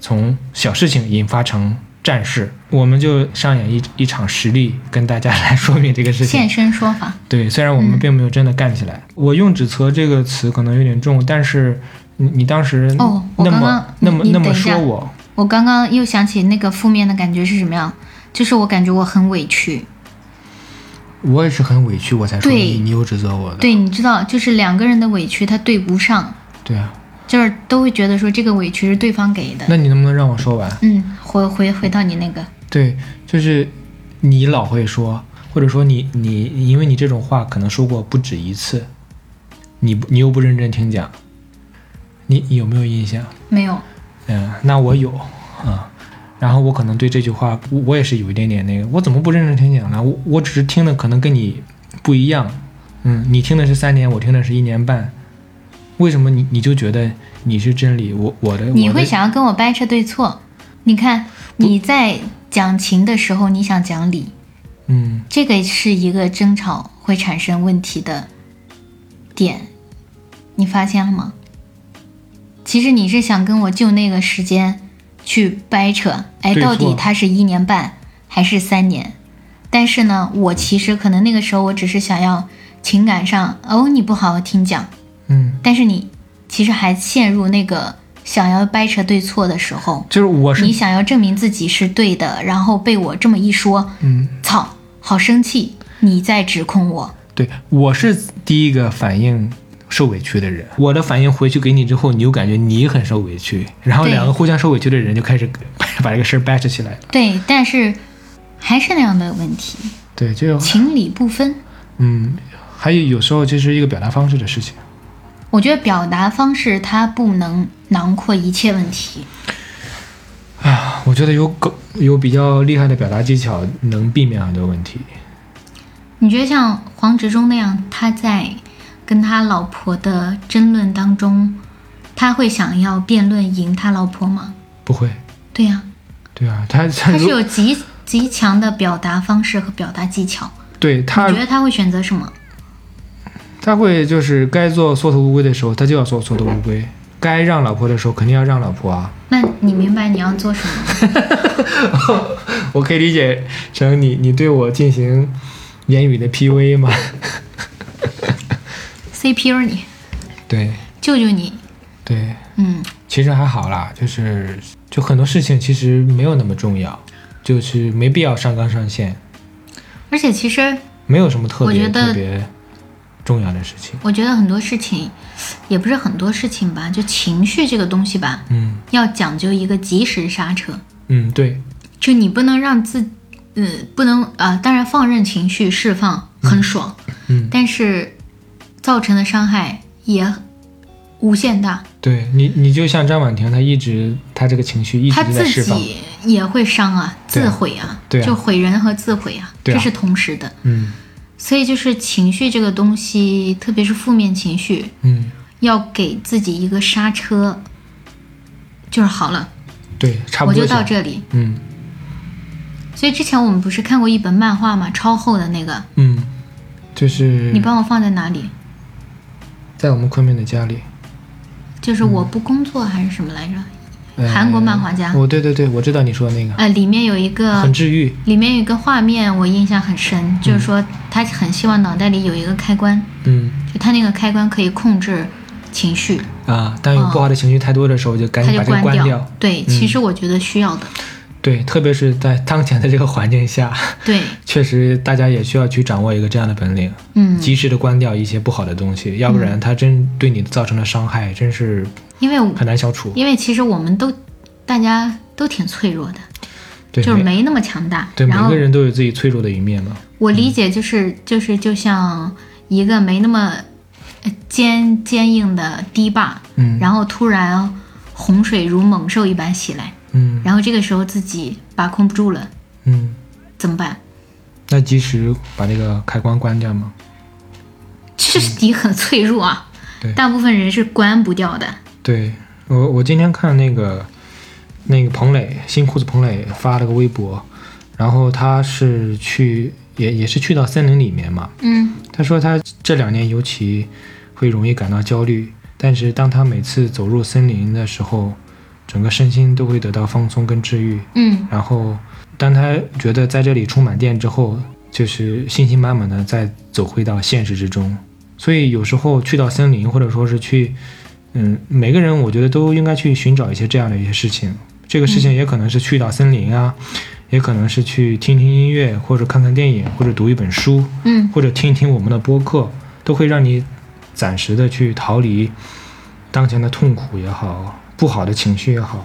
S3: 从小事情引发成战事，我们就上演一一场实例，跟大家来说明这个事
S2: 现
S3: 情。
S2: 身说法。
S3: 对，虽然我们
S2: 嗯
S3: 并没有真的干起来，我用“指责”这个词可能有点重，但是你你当时
S2: 哦我
S3: 那么、
S2: 刚刚
S3: 那么
S2: 你你
S3: 那么
S2: 等一下
S3: 说我，
S2: 我刚刚又想起那个负面的感觉是什么样，就是我感觉我很委屈。
S3: 我也是很委屈，我才说
S2: 对
S3: 你你有指责我的，
S2: 对，你知道，就是两个人的委屈他对不上，
S3: 对啊，
S2: 就是都会觉得说这个委屈是对方给的。
S3: 那你能不能让我说完？
S2: 嗯，回回回到你那个，
S3: 对，就是你老会说，或者说你你，因为你这种话可能说过不止一次，你不你又不认真听讲，你你有没有印象？
S2: 没有，
S3: 嗯，那我有啊、然后我可能对这句话，我我也是有一点点那个，我怎么不认真听讲呢？我我只是听的可能跟你不一样，嗯，你听的是三年，我听的是一年半，为什么你你就觉得你是真理？我我的
S2: 你
S3: 我的
S2: 会想要跟我掰扯对错。你看你在讲情的时候，你想讲理，
S3: 嗯
S2: 这个是一个争吵会产生问题的点，你发现了吗？其实你是想跟我就那个时间去掰扯，哎，
S3: 对
S2: 到底
S3: 错
S2: 它是一年半还是三年？但是呢，我其实可能那个时候我只是想要情感上，哦，你不好好听讲，
S3: 嗯。
S2: 但是你其实还陷入那个想要掰扯对错的时候，
S3: 就是我是
S2: 你想要证明自己是对的，然后被我这么一说，
S3: 嗯，
S2: 操，好生气！你在指控我，
S3: 对，我是第一个反应受委屈的人。我的反应回去给你之后，你又感觉你很受委屈，然后
S2: 对
S3: 两个互相受委屈的人就开始 把把这个事儿掰扯起来了。
S2: 对，但是还是那样的问题，
S3: 对，就
S2: 情理不分。
S3: 嗯，还有有时候这是一个表达方式的事情。
S2: 我觉得表达方式它不能囊括一切问题。
S3: 啊，我觉得有狗有比较厉害的表达技巧，能避免很多问题。
S2: 你觉得像黄执中那样，他在跟他老婆的争论当中，他会想要辩论赢他老婆吗？
S3: 不会，
S2: 对呀、
S3: 对啊，他他
S2: 他是
S3: 如
S2: 有极极强的表达方式和表达技巧。
S3: 对
S2: 你
S3: 他
S2: 觉得他会选择什么？
S3: 他会就是该做缩头乌龟的时候，他就要做缩头乌龟；该让老婆的时候，肯定要让老婆啊。
S2: 那你明白你要做什么吗？
S3: 我可以理解成你你对我进行言语的 PUA 吗？
S2: CPU 你，
S3: 对
S2: 救救你。
S3: 对，
S2: 嗯，
S3: 其实还好啦，就是就很多事情其实没有那么重要，就是没必要上纲上线，
S2: 而且其实
S3: 没有什么特
S2: 我
S3: 别
S2: 觉得
S3: 特别重要的事情。
S2: 我觉得很多事情，也不是很多事情吧，就情绪这个东西吧，
S3: 嗯
S2: 要讲究一个及时刹车，
S3: 嗯，对，
S2: 就你不能让自，呃，不能啊、当然放任情绪释放很爽，
S3: 嗯，
S2: 但是造成的伤害也无限大，
S3: 对你，你就像张婉婷，她一直她这个情绪一直
S2: 他
S3: 在
S2: 自
S3: 释放，
S2: 己也会伤啊，
S3: 对啊
S2: 自毁啊，
S3: 对啊
S2: 就毁人和自毁啊，
S3: 对啊
S2: 这是同时的。
S3: 嗯
S2: 所以就是情绪这个东西，特别是负面情绪，
S3: 嗯，
S2: 要给自己一个刹车，就是好了，
S3: 对，差不
S2: 我
S3: 多
S2: 就到
S3: 样，
S2: 这里。
S3: 嗯
S2: 所以之前我们不是看过一本漫画嘛，超厚的那个，
S3: 嗯，就是
S2: 你帮我放在哪里？
S3: 在我们昆明的家里，
S2: 就是我不工作还是什么来着？
S3: 嗯呃
S2: 韩国漫画家
S3: 我对对对，我知道你说的那个，
S2: 呃，里面有一个
S3: 很嗯治愈，
S2: 里面有一个画面我印象很深，就是说他很希望脑袋里有一个开关，
S3: 嗯
S2: 就他那个开关可以控制情绪，
S3: 啊，当有不好的情绪太多的时候，就赶
S2: 他
S3: 紧
S2: 就
S3: 哎把这个关
S2: 掉。
S3: 掉。嗯
S2: 对，其实我觉得需要的。
S3: 对，特别是在当前的这个环境下，
S2: 对，
S3: 确实大家也需要去掌握一个这样的本领，
S2: 嗯，
S3: 及时的关掉一些不好的东西，要不然它真对你造成的伤害真是
S2: 因为我
S3: 很难消除。
S2: 因为其实我们都大家都挺脆弱的，
S3: 对，
S2: 就是
S3: 每
S2: 没那么强大。
S3: 对每
S2: 然后
S3: 个人嗯都有自己脆弱的一面嘛。
S2: 我理解就是就是就像一个没那么呃坚坚硬的堤坝，
S3: 嗯
S2: 然后突然洪水如猛兽一般袭来，
S3: 嗯
S2: 然后这个时候自己把控不住了，
S3: 嗯，
S2: 怎么办？
S3: 那及时把这个开关关掉嘛。
S2: 确实你很脆弱啊
S3: 嗯对，
S2: 大部分人是关不掉的。
S3: 对我，我今天看那个那个彭磊，新裤子彭磊发了个微博，然后他是去也也是去到森林里面嘛，
S2: 嗯
S3: 他说他这两年尤其会容易感到焦虑，但是当他每次走入森林的时候，整个身心都会得到放松跟治愈。
S2: 嗯
S3: 然后当他觉得在这里充满电之后，就是信心满满的再走回到现实之中。所以有时候去到森林，或者说是去，嗯，每个人我觉得都应该去寻找一些这样的一些事情。这个事情也可能是去到森林啊，也可能是去听听音乐，或者看看电影，或者读一本书，
S2: 嗯，
S3: 或者听一听我们的播客，都会让你暂时的去逃离当前的痛苦也好，不好的情绪也好。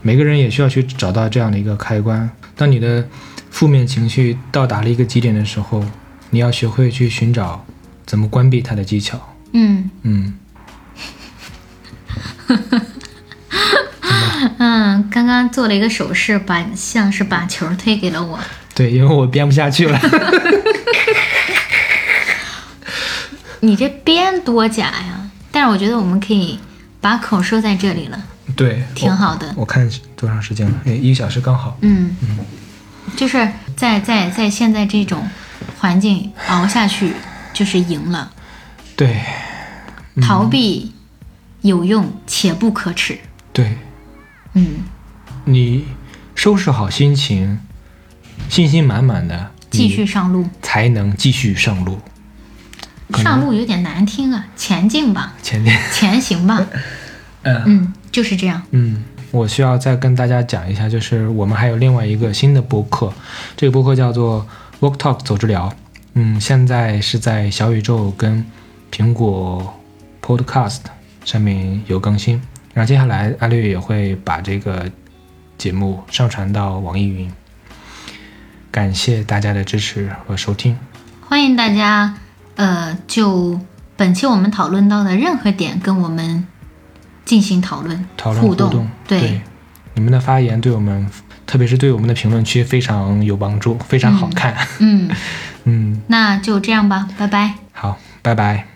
S3: 每个人也需要去找到这样的一个开关。当你的负面情绪到达了一个极点的时候，你要学会去寻找怎么关闭它的技巧。
S2: 嗯
S3: 嗯，
S2: 嗯，刚刚做了一个手势，把像是把球推给了我。
S3: 对，因为我编不下 去了。
S2: 你这边多假呀！但是我觉得我们可以把口说在这里了，
S3: 对，
S2: 挺好的。
S3: 我。我看多长时间了？哎，一个小时刚好。
S2: 嗯，就是在在在现在这种环境熬下去就是赢了，
S3: 对，
S2: 逃避有用且不可耻。
S3: 对，
S2: 嗯，
S3: 你收拾好心情，信心满满的，
S2: 继续上路，
S3: 才能继续上路可能
S2: 上路有点难听啊，前进吧，
S3: 前进。
S2: 前行吧。
S3: 嗯
S2: 嗯，就是这样。
S3: 嗯，我需要再跟大家讲一下，就是我们还有另外一个新的播客，这个播客叫做 Work Talk 走治疗。嗯，现在是在小宇宙跟苹果 Podcast 上面有更新，然后接下来阿绿也会把这个节目上传到网易云。感谢大家的支持和收听。
S2: 欢迎大家，呃，就本期我们讨论到的任何点跟我们进行讨论、
S3: 讨论互
S2: 动。对，
S3: 你们的发言对我们，特别是对我们的评论区非常有帮助，非常好看。
S2: 嗯，
S3: 嗯，
S2: 那就这样吧，拜拜。
S3: 好，拜拜。